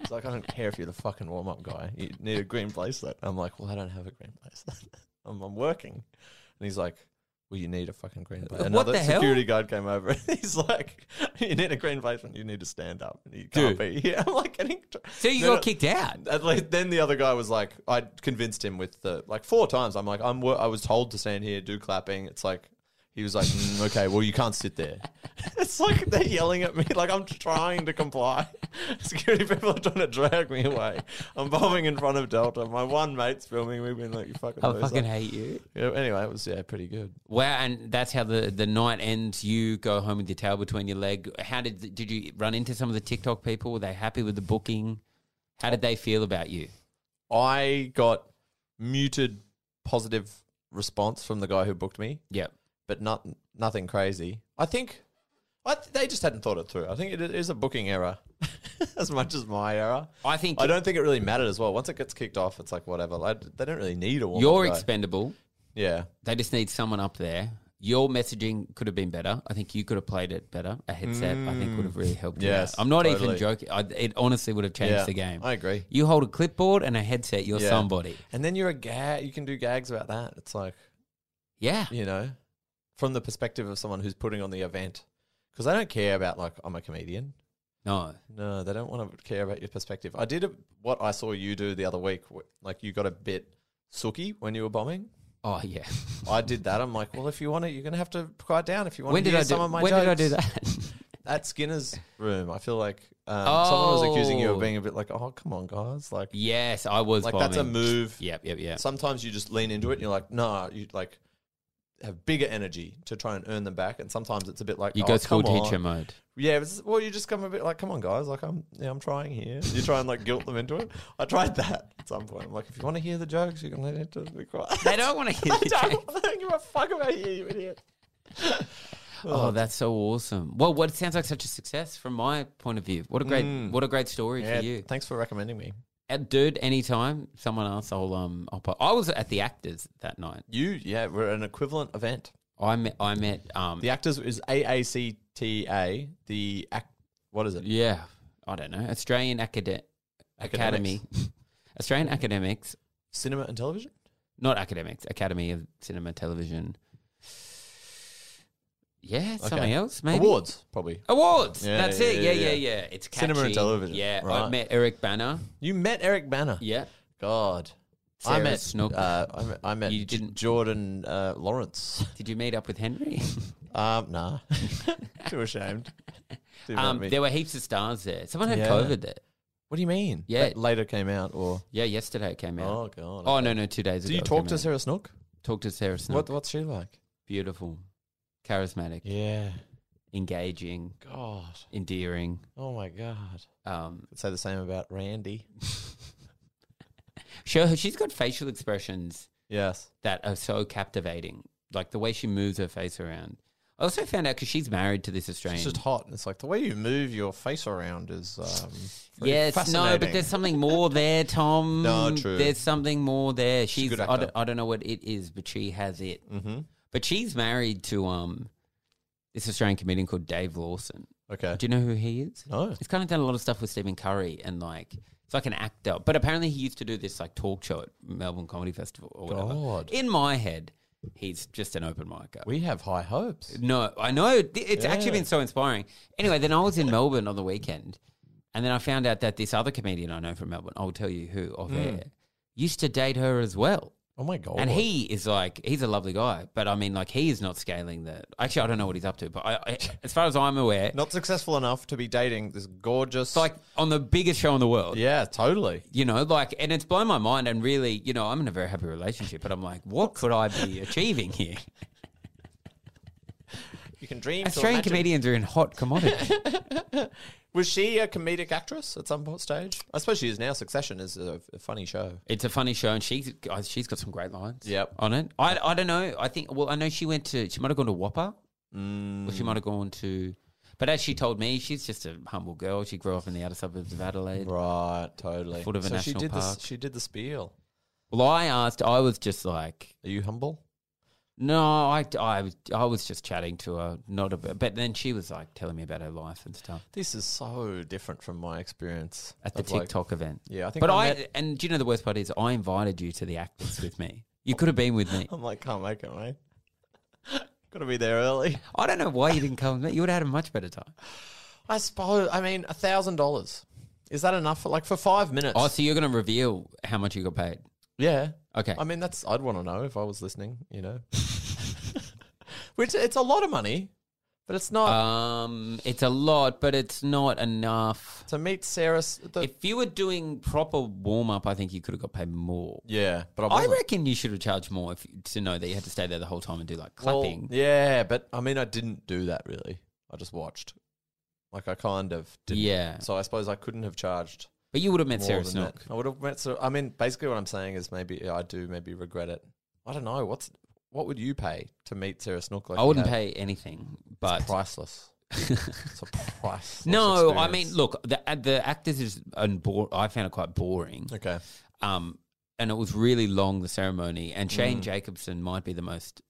A: He's like, "I don't care if you're the fucking warm up guy. You need a green bracelet." I'm like, "Well, I don't have a green bracelet. I'm, I'm working." And he's like. Well, you need a fucking green bracelet.
B: what
A: Another
B: the hell?
A: security guard came over and he's like, You need a green bracelet. You need to stand up. You can't be here. I'm like, getting. tr-
B: so you
A: No,
B: got
A: no.
B: kicked out.
A: At least then the other guy was like, I convinced him with the like four times. I'm like, I'm wor- I was told to stand here, do clapping. It's like he was like, "Mm, okay, well you can't sit there. it's like they're yelling at me, like I'm trying to comply. Security people are trying to drag me away. I'm bombing in front of Delta. My one mate's filming me, being like, you fucking.
B: I
A: loser.
B: Oh, fucking hate you.
A: Yeah, anyway, it was yeah, pretty good.
B: Wow, and that's how the, the night ends. You go home with your tail between your leg. How did did you run into some of the TikTok people? Were they happy with the booking? How did they feel about you?
A: I got muted positive response from the guy who booked me.
B: Yep.
A: but not nothing crazy. I think I th- they just hadn't thought it through. I think it is a booking error as much as my error.
B: I think
A: I don't think it really mattered as well. Once it gets kicked off, it's like whatever. Like, they don't really need a warm.
B: you're expendable.
A: Yeah,
B: They just need someone up there. Your messaging could have been better. I think you could have played it better. A headset, I think, would have really helped. you out.
A: Yes,
B: I'm not even
A: totally.
B: joking. I, it honestly would have changed
A: Yeah,
B: the game.
A: I agree.
B: You hold a clipboard and a headset. You're
A: Yeah.
B: somebody.
A: And then you're a gag. You can do gags about that. It's like
B: Yeah.
A: you know, from the perspective of someone who's putting on the event, because they don't care about like I'm a comedian.
B: No.
A: No, they don't want to care about your perspective. I did a, what I saw you do the other week. wh- Like you got a bit sooky when you were bombing.
B: Oh yeah.
A: I did that. I'm like, well, if you want it, you're gonna have to quiet down if you want
B: When
A: to
B: did
A: hear
B: I do?
A: some of my
B: When did I do
A: jokes.
B: that?
A: At Skinner's room, I feel like um, someone was accusing you
B: Oh.
A: of being a bit like, oh, come on, guys, like,
B: Yes, I was.
A: like that's a
B: bombing.
A: move.
B: Yep, yep, yep.
A: Sometimes you just lean into it. and You're like, nah, you like have bigger energy to try and earn them back. And sometimes it's a bit like
B: you
A: oh,
B: go school
A: come
B: teacher
A: on.
B: mode.
A: Yeah, it's, well, you just come a bit like, come on, guys, like I'm, yeah, I'm trying here. You try and like guilt them into it. I tried that at some point. I'm like, if you want to hear the jokes, you can let it just be quiet.
B: They don't want to hear.
A: I
B: the joke.
A: don't, I don't give a fuck about you, you idiot.
B: Oh, that's so awesome. Well, what it sounds like such a success from my point of view. What a great, what a great story
A: Mm. Yeah,
B: for you,
A: Thanks for recommending me.
B: Uh, dude. Anytime someone else, I'll um, I'll pop. I was at the actors that night.
A: You, yeah, we're an equivalent event.
B: I met, I met, um,
A: The actors is AACTA. The act, what is it?
B: yeah, I don't know, Australian Acad- Academy, Australian Academics,
A: Cinema and television.
B: not academics, Academy of Cinema Television. Yeah, something
A: Okay.
B: else, maybe
A: Awards, probably.
B: Awards.
A: Yeah,
B: That's
A: yeah,
B: it. Yeah,
A: yeah,
B: yeah, yeah.
A: yeah.
B: It's catchy.
A: Cinema and television,
B: Yeah, I
A: right.
B: met Eric Banner.
A: You met Eric Banner.
B: Yeah.
A: God. I
B: Sarah
A: met
B: Snook.
A: Uh, I met, I met
B: You
A: J-
B: didn't-
A: Jordan uh, Lawrence.
B: Did you meet up with Henry?
A: Um, nah. Too ashamed. Too about
B: um,
A: me.
B: there were heaps of stars there. Someone had
A: Yeah.
B: COVID there.
A: what do you mean?
B: Yeah.
A: That later came out or.
B: Yeah, yesterday it came out.
A: Oh God.
B: Oh no, no, two days
A: Do
B: ago.
A: you
B: it
A: talk
B: came
A: to
B: out.
A: Sarah Snook?
B: Talk to Sarah Snook.
A: What What's she like?
B: Beautiful, charismatic,
A: Yeah.
B: engaging,
A: God.
B: endearing.
A: Oh my God.
B: Um,
A: Could say the same about Randy.
B: show her. She's got facial expressions
A: Yes.
B: that are so captivating. Like the way she moves her face around. I also found out because she's married to this Australian.
A: It's just hot. and It's like the way you move your face around is. Um, very
B: Yes, no, but
A: fascinating.
B: there's something more there, Tom.
A: No, true.
B: There's something more there. She's,
A: good
B: I,
A: actor.
B: don't, I don't know what it is, but she has it. Mm-hmm. But she's married to um this Australian comedian called Dave Lawson.
A: Okay.
B: Do you know who he is?
A: No.
B: He's kind of done a lot of stuff with Stephen Curry and like it's like an actor. But apparently he used to do this like talk show at Melbourne Comedy Festival or whatever.
A: God.
B: In my head, he's just an open micer.
A: we have high hopes.
B: No, I know. Th- It's actually
A: Yeah.
B: been so inspiring. Anyway, then I was in Melbourne on the weekend, and then I found
A: Hmm.
B: out that this other comedian I know from Melbourne, I'll tell you who off air, used to date her as well.
A: Oh my god!
B: And he is like, he's a lovely guy, but I mean, like, he is not scaling the. Actually, I don't know what he's up to, but I, I, as far as I'm aware,
A: not successful enough to be dating this gorgeous.
B: like on the biggest show in the world,
A: yeah, totally.
B: you know, like, and it's blown my mind. And really, you know, I'm in a very happy relationship, but I'm like, what could I be achieving here?
A: You can dream. to
B: Australian
A: imagine.
B: comedians are in hot commodity.
A: Was she a comedic actress at some point stage? I suppose she is now. Succession is a, a funny show.
B: it's a funny show, and she's uh, she's got some great lines.
A: Yep.
B: on it. I I don't know. I think well, I know she went to she might have gone to Whopper, or
A: Mm.
B: she might have gone to. But as she told me, she's just a humble girl. She grew up in the outer suburbs of Adelaide.
A: Right, totally.
B: Foot of a
A: so she
B: national
A: did
B: park.
A: the she did the spiel.
B: Well, I asked. I was just like,
A: Are you humble?
B: no, I, I, was- I was just chatting to her, not about. But then she was like telling me about her life and stuff
A: This is so different from my experience
B: at the
A: of, like-
B: TikTok event.
A: yeah, I think.
B: But
A: I,
B: I,
A: met-
B: and do you know the worst part is I invited you to the actors with me. You could have been with me.
A: I'm like can't make it, mate. Got to be there early.
B: I don't know why you didn't come with me. You would have had a much better time.
A: I suppose. I mean, a thousand dollars is that enough? For, like for five minutes?
B: Oh, so you're going to reveal how much you got paid?
A: yeah.
B: Okay.
A: I mean, that's I'd want to know if I was listening. You know, which it's a lot of money, but it's not
B: Um, it's a lot, but it's not enough.
A: to meet Sarah. S- The,
B: If you were doing proper warm up, I think you could have got paid more.
A: yeah, but I,
B: I
A: wasn't.
B: reckon you should have charged more if to know that you had to stay there the whole time and do like
A: Well,
B: clapping.
A: yeah, but I mean, I didn't do that really. I just watched. Like I kind of didn't.
B: Yeah.
A: So I suppose I couldn't have charged
B: But you would have met
A: more
B: Sarah
A: than
B: Snook.
A: that. I would have met. Sarah, I mean, basically, what I'm saying is maybe I do maybe regret it. I don't know. What's what would you pay to meet Sarah Snook? Like
B: I
A: you
B: wouldn't
A: have?
B: pay anything, but
A: priceless. it's a priceless.
B: no, I
A: experience.
B: mean, look, the uh, the actors is and bo- I found it quite boring.
A: Okay.
B: Um, and it was really long the ceremony. And Shane Jacobson might be the most.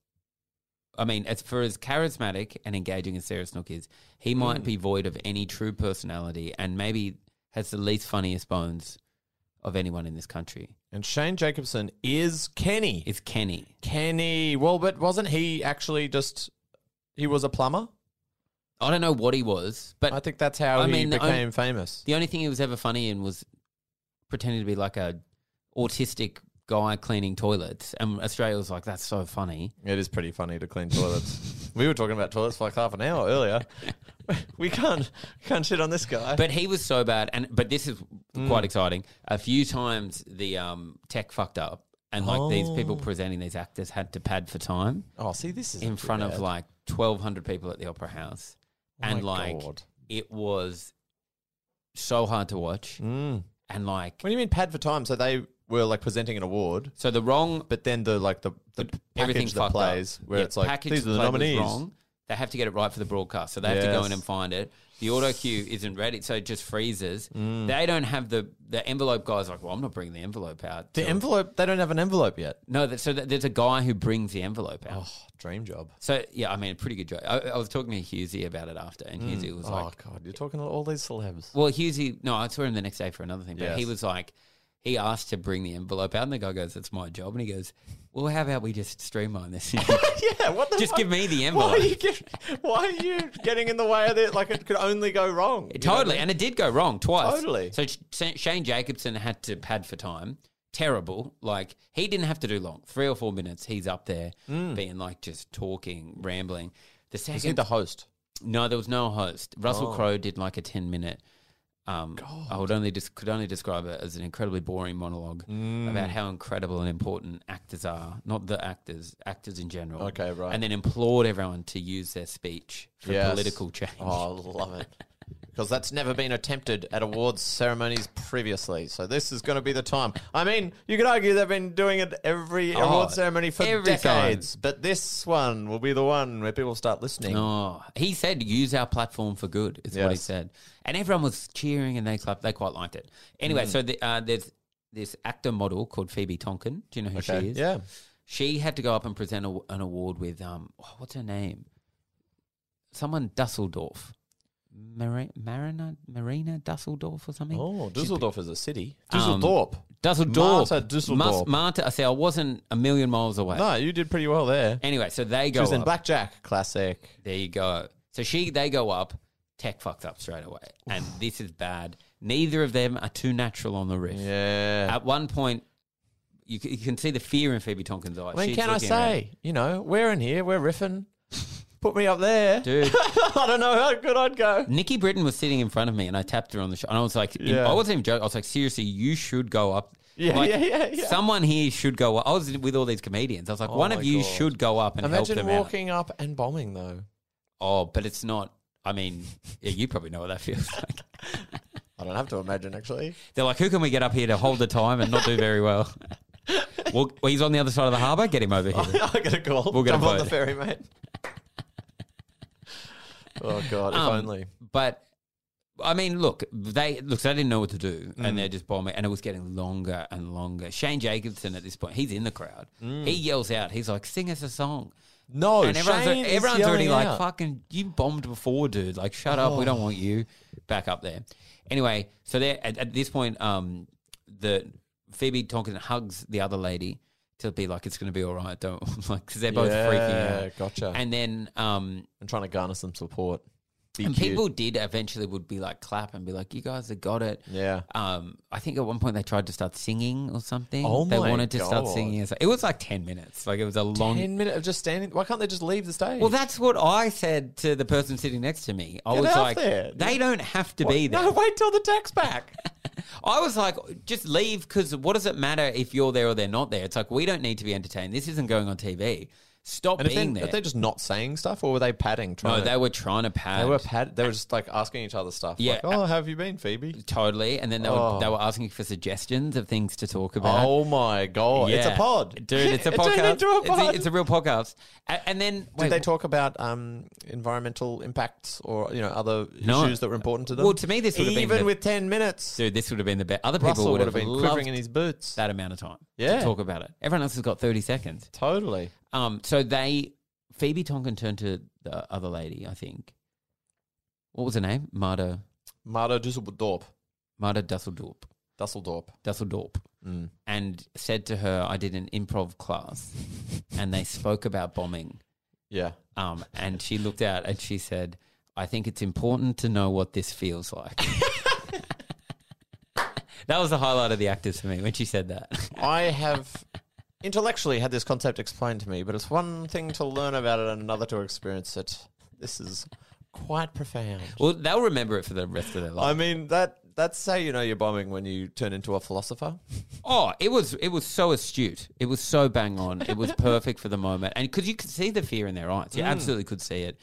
B: I mean, as for as charismatic and engaging as Sarah Snook is, he might be void of any true personality, and maybe has the least funniest bones of anyone in this country.
A: And Shane Jacobson is Kenny.
B: Is Kenny?
A: Kenny. Well, but wasn't he actually just? He was a plumber.
B: I don't know what he was, but
A: I think that's how
B: I
A: he
B: mean, the
A: became famous.
B: The only thing he was ever funny in was pretending to be like a autistic guy cleaning toilets, and Australia was like, "That's so funny."
A: It is pretty funny to clean toilets. we were talking about toilets for like half an hour earlier. we can't can't shit on this guy.
B: But he was so bad, and but this is quite exciting. A few times the um, tech fucked up, and like these people presenting these actors had to pad for time
A: oh, see, this is
B: in front of like twelve hundred people at the Opera House, and like
A: God.
B: it was so hard to watch, and like
A: What do you mean pad for time? So they were like presenting an award,
B: so the wrong
A: but then the like the the
B: everything
A: package that
B: fucked
A: plays
B: up.
A: where
B: Yeah,
A: it's like
B: package
A: these are the
B: play was
A: nominees.
B: They have to get it right for the broadcast, so they have to go
A: Yes.
B: in and find it. The auto cue isn't ready, so it just freezes.
A: Mm.
B: They don't have the the envelope. Guys, like, well, I'm not bringing the envelope out.
A: The
B: till-"
A: envelope they don't have an envelope yet.
B: no, that, so that, there's a guy who brings the envelope out.
A: Oh, dream job.
B: So yeah, I mean, pretty good joke. I, I was talking to Husey about it after, and Husey was like,
A: oh God, you're talking to all these celebs.
B: well, Husey, no, I saw him the next day for another thing, but he
A: Yes.
B: was like, he asked to bring the envelope out, and the guy goes, "That's my job," and he goes, "Well, how about we just streamline this?"
A: Yeah, what the
B: Just
A: fuck?
B: give me the
A: Why are
B: envelope.
A: you get, Why are you getting in the way of it? Like it could only go wrong. you know?
B: Totally, and it did go wrong twice.
A: Totally.
B: So Sh- Sh- Shane Jacobson had to pad for time. Terrible. Like he didn't have to do long. Three or four minutes. He's up there being like just talking, rambling. The
A: Mm. Is he
B: second,
A: the Oh. host?
B: no, there was no host. Russell Crowe did like a ten minute. Um, I would only dis- could only describe it as an incredibly boring monologue
A: Mm.
B: about how incredible and important actors are, not the actors, actors in general.
A: Okay, right.
B: And then implored everyone to use their speech for
A: Yes.
B: political change.
A: Oh, I love it. Because that's never been attempted at awards ceremonies previously. So this is going to be the time. I mean, you could argue they've been doing it every
B: Oh,
A: award ceremony for
B: every
A: decades. But this one will be the one where people start listening.
B: Oh, he said, "Use our platform for good." Is what he
A: Yes.
B: said, and everyone was cheering and they clapped. They quite liked it. Anyway,
A: Hmm.
B: so the, uh, there's this actor model called Phoebe Tonkin. Do you know who
A: Okay,
B: she is?
A: Yeah.
B: she had to go up and present a, an award with um, oh, what's her name? Someone Dusseldorf, Mari- Marina Marina Dusseldorf or something.
A: Oh, Dusseldorf is a city.
B: Um,
A: Dusseldorf.
B: Dusseldorf,
A: Marta Dusseldorf.
B: Mas- Marta. I say I wasn't a million miles away.
A: no, you did pretty well there.
B: Anyway, so they
A: She
B: go.
A: was in
B: up.
A: Blackjack. Classic.
B: There you go. So she they go up, tech fucked up straight away. And this is bad. Neither of them are too natural on the riff.
A: Yeah.
B: At one point, you, c- you can see the fear in Phoebe Tonkin's eyes.
A: I mean,
B: She's
A: can I
B: looking around.
A: say, you know, we're in here, we're riffing. Put me up there.
B: Dude.
A: I don't know how good I'd go.
B: Nikki Britton was sitting in front of me, and I tapped her on the shoulder, and I was like,
A: Yeah.
B: I wasn't even joking. I was like, seriously, you should go up.
A: Yeah,
B: Like,
A: yeah, yeah, yeah.
B: Someone here should go up. I was with all these comedians. I was like,
A: Oh
B: one
A: my
B: of you
A: God.
B: should go up and
A: Imagine
B: help them
A: walking up and bombing, though.
B: out. Oh, but it's not. I mean, yeah, you probably know what that feels like.
A: I don't have to imagine, actually.
B: They're like, who can we get up here to hold the time and not do very well? well, he's on the other side of the harbour. Get him over here.
A: I get a call.
B: We'll get a
A: Jump on the
B: boat.
A: ferry, mate. oh, God, if
B: Um,
A: only.
B: But I mean, look, they look. They didn't know what to do, and they're just bombing, and it was getting longer and longer. Shane Jacobson at this point, he's in the crowd. He yells out, he's like, "Sing us a song."
A: No,
B: and everyone's,
A: Shane is
B: everyone's already
A: yelling
B: like,
A: out. Oh.
B: "Fucking, you bombed before, dude! Like, shut up, we don't want you back up there." Anyway, so there at, at this point, um, the Phoebe Tonkin hugs the other lady to be like, "It's going to be all right, don't like," because they're both freaking
A: Yeah,
B: out.
A: gotcha.
B: And then, um,
A: I'm trying to garner some support. Be
B: and
A: cute.
B: people did eventually would be like clap and be like, "You guys have got it."
A: Yeah.
B: Um, I think at one point they tried to start singing or something.
A: Oh
B: they
A: my
B: wanted to start
A: God.
B: singing. It was like ten minutes. Like it was a long.
A: 10 minutes of just standing. Why can't they just leave the stage?
B: Well, that's what I said to the person sitting next to me. I
A: Get
B: was
A: out
B: like,
A: there.
B: "They don't have to be there."
A: No, wait till the tax back.
B: I was like, "Just leave," because what does it matter if you're there or they're not there? It's like we don't need to be entertained. This isn't going on TV. Stop
A: and if,
B: being
A: they,
B: there.
A: if they're just not saying stuff, or were they padding? Trying
B: no,
A: to-
B: they were trying to pad.
A: They were pad. They were just like asking each other stuff.
B: Yeah.
A: Like, oh, how have you been, Phoebe?
B: Totally, and then they
A: Oh.
B: were they were asking for suggestions of things to talk about.
A: Oh my god! It's a
B: Yeah.
A: pod,
B: dude. It's a
A: It
B: podcast.
A: turned into a
B: It's a-
A: pod.
B: It's, a, real podcast. A- And then
A: Did they talk about um, environmental impacts or you know other
B: No.
A: issues that were important to them?
B: Well, to me, this would've
A: even
B: been the-
A: with ten minutes,
B: Dude, this would have been the best. Other people
A: Russell
B: would have
A: been
B: loved
A: quivering in his boots.
B: that amount of time.
A: Yeah.
B: to talk about it. Everyone else has got thirty seconds.
A: totally.
B: Um, so they Phoebe Tonkin turned to the other lady. I think what was her name? Marta
A: Marta Dusseldorp.
B: Marta Dusseldorp.
A: Dusseldorp.
B: Dusseldorp. And said to her, I did an improv class and they spoke about bombing.
A: Yeah.
B: Um, and she looked out and she said, I think it's important to know what this feels like. that was the highlight of the actors for me when she said that.
A: I have intellectually had this concept explained to me, but it's one thing to learn about it and another to experience it. This is quite profound.
B: Well, they'll remember it for the rest of their life.
A: I mean that that's how you know you're bombing when you turn into a philosopher.
B: oh, it was it was so astute. It was so bang on. It was perfect for the moment. And because you could see the fear in their eyes. You absolutely could see it.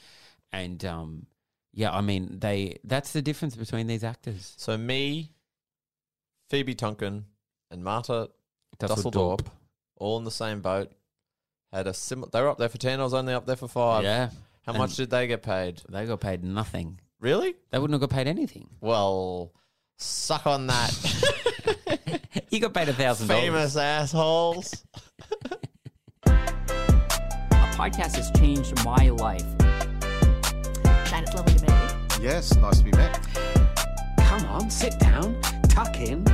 B: And um, yeah, I mean, they that's the difference between these actors.
A: So me, Phoebe Tonkin, and Marta
B: Dusseldorp.
A: Dusseldorp, all in the same boat. Had a similar. They were up there for ten. I was only up there for five.
B: Yeah.
A: How
B: And
A: much did they get paid?
B: They got paid nothing.
A: Really?
B: They wouldn't have got paid anything.
A: Well, suck on that,
B: You got paid a thousand dollars.
A: famous assholes.
C: A podcast has changed my life.
D: Shane, it's lovely to meet you.
I: Yes, nice to be back.
C: Come on, sit down, tuck in,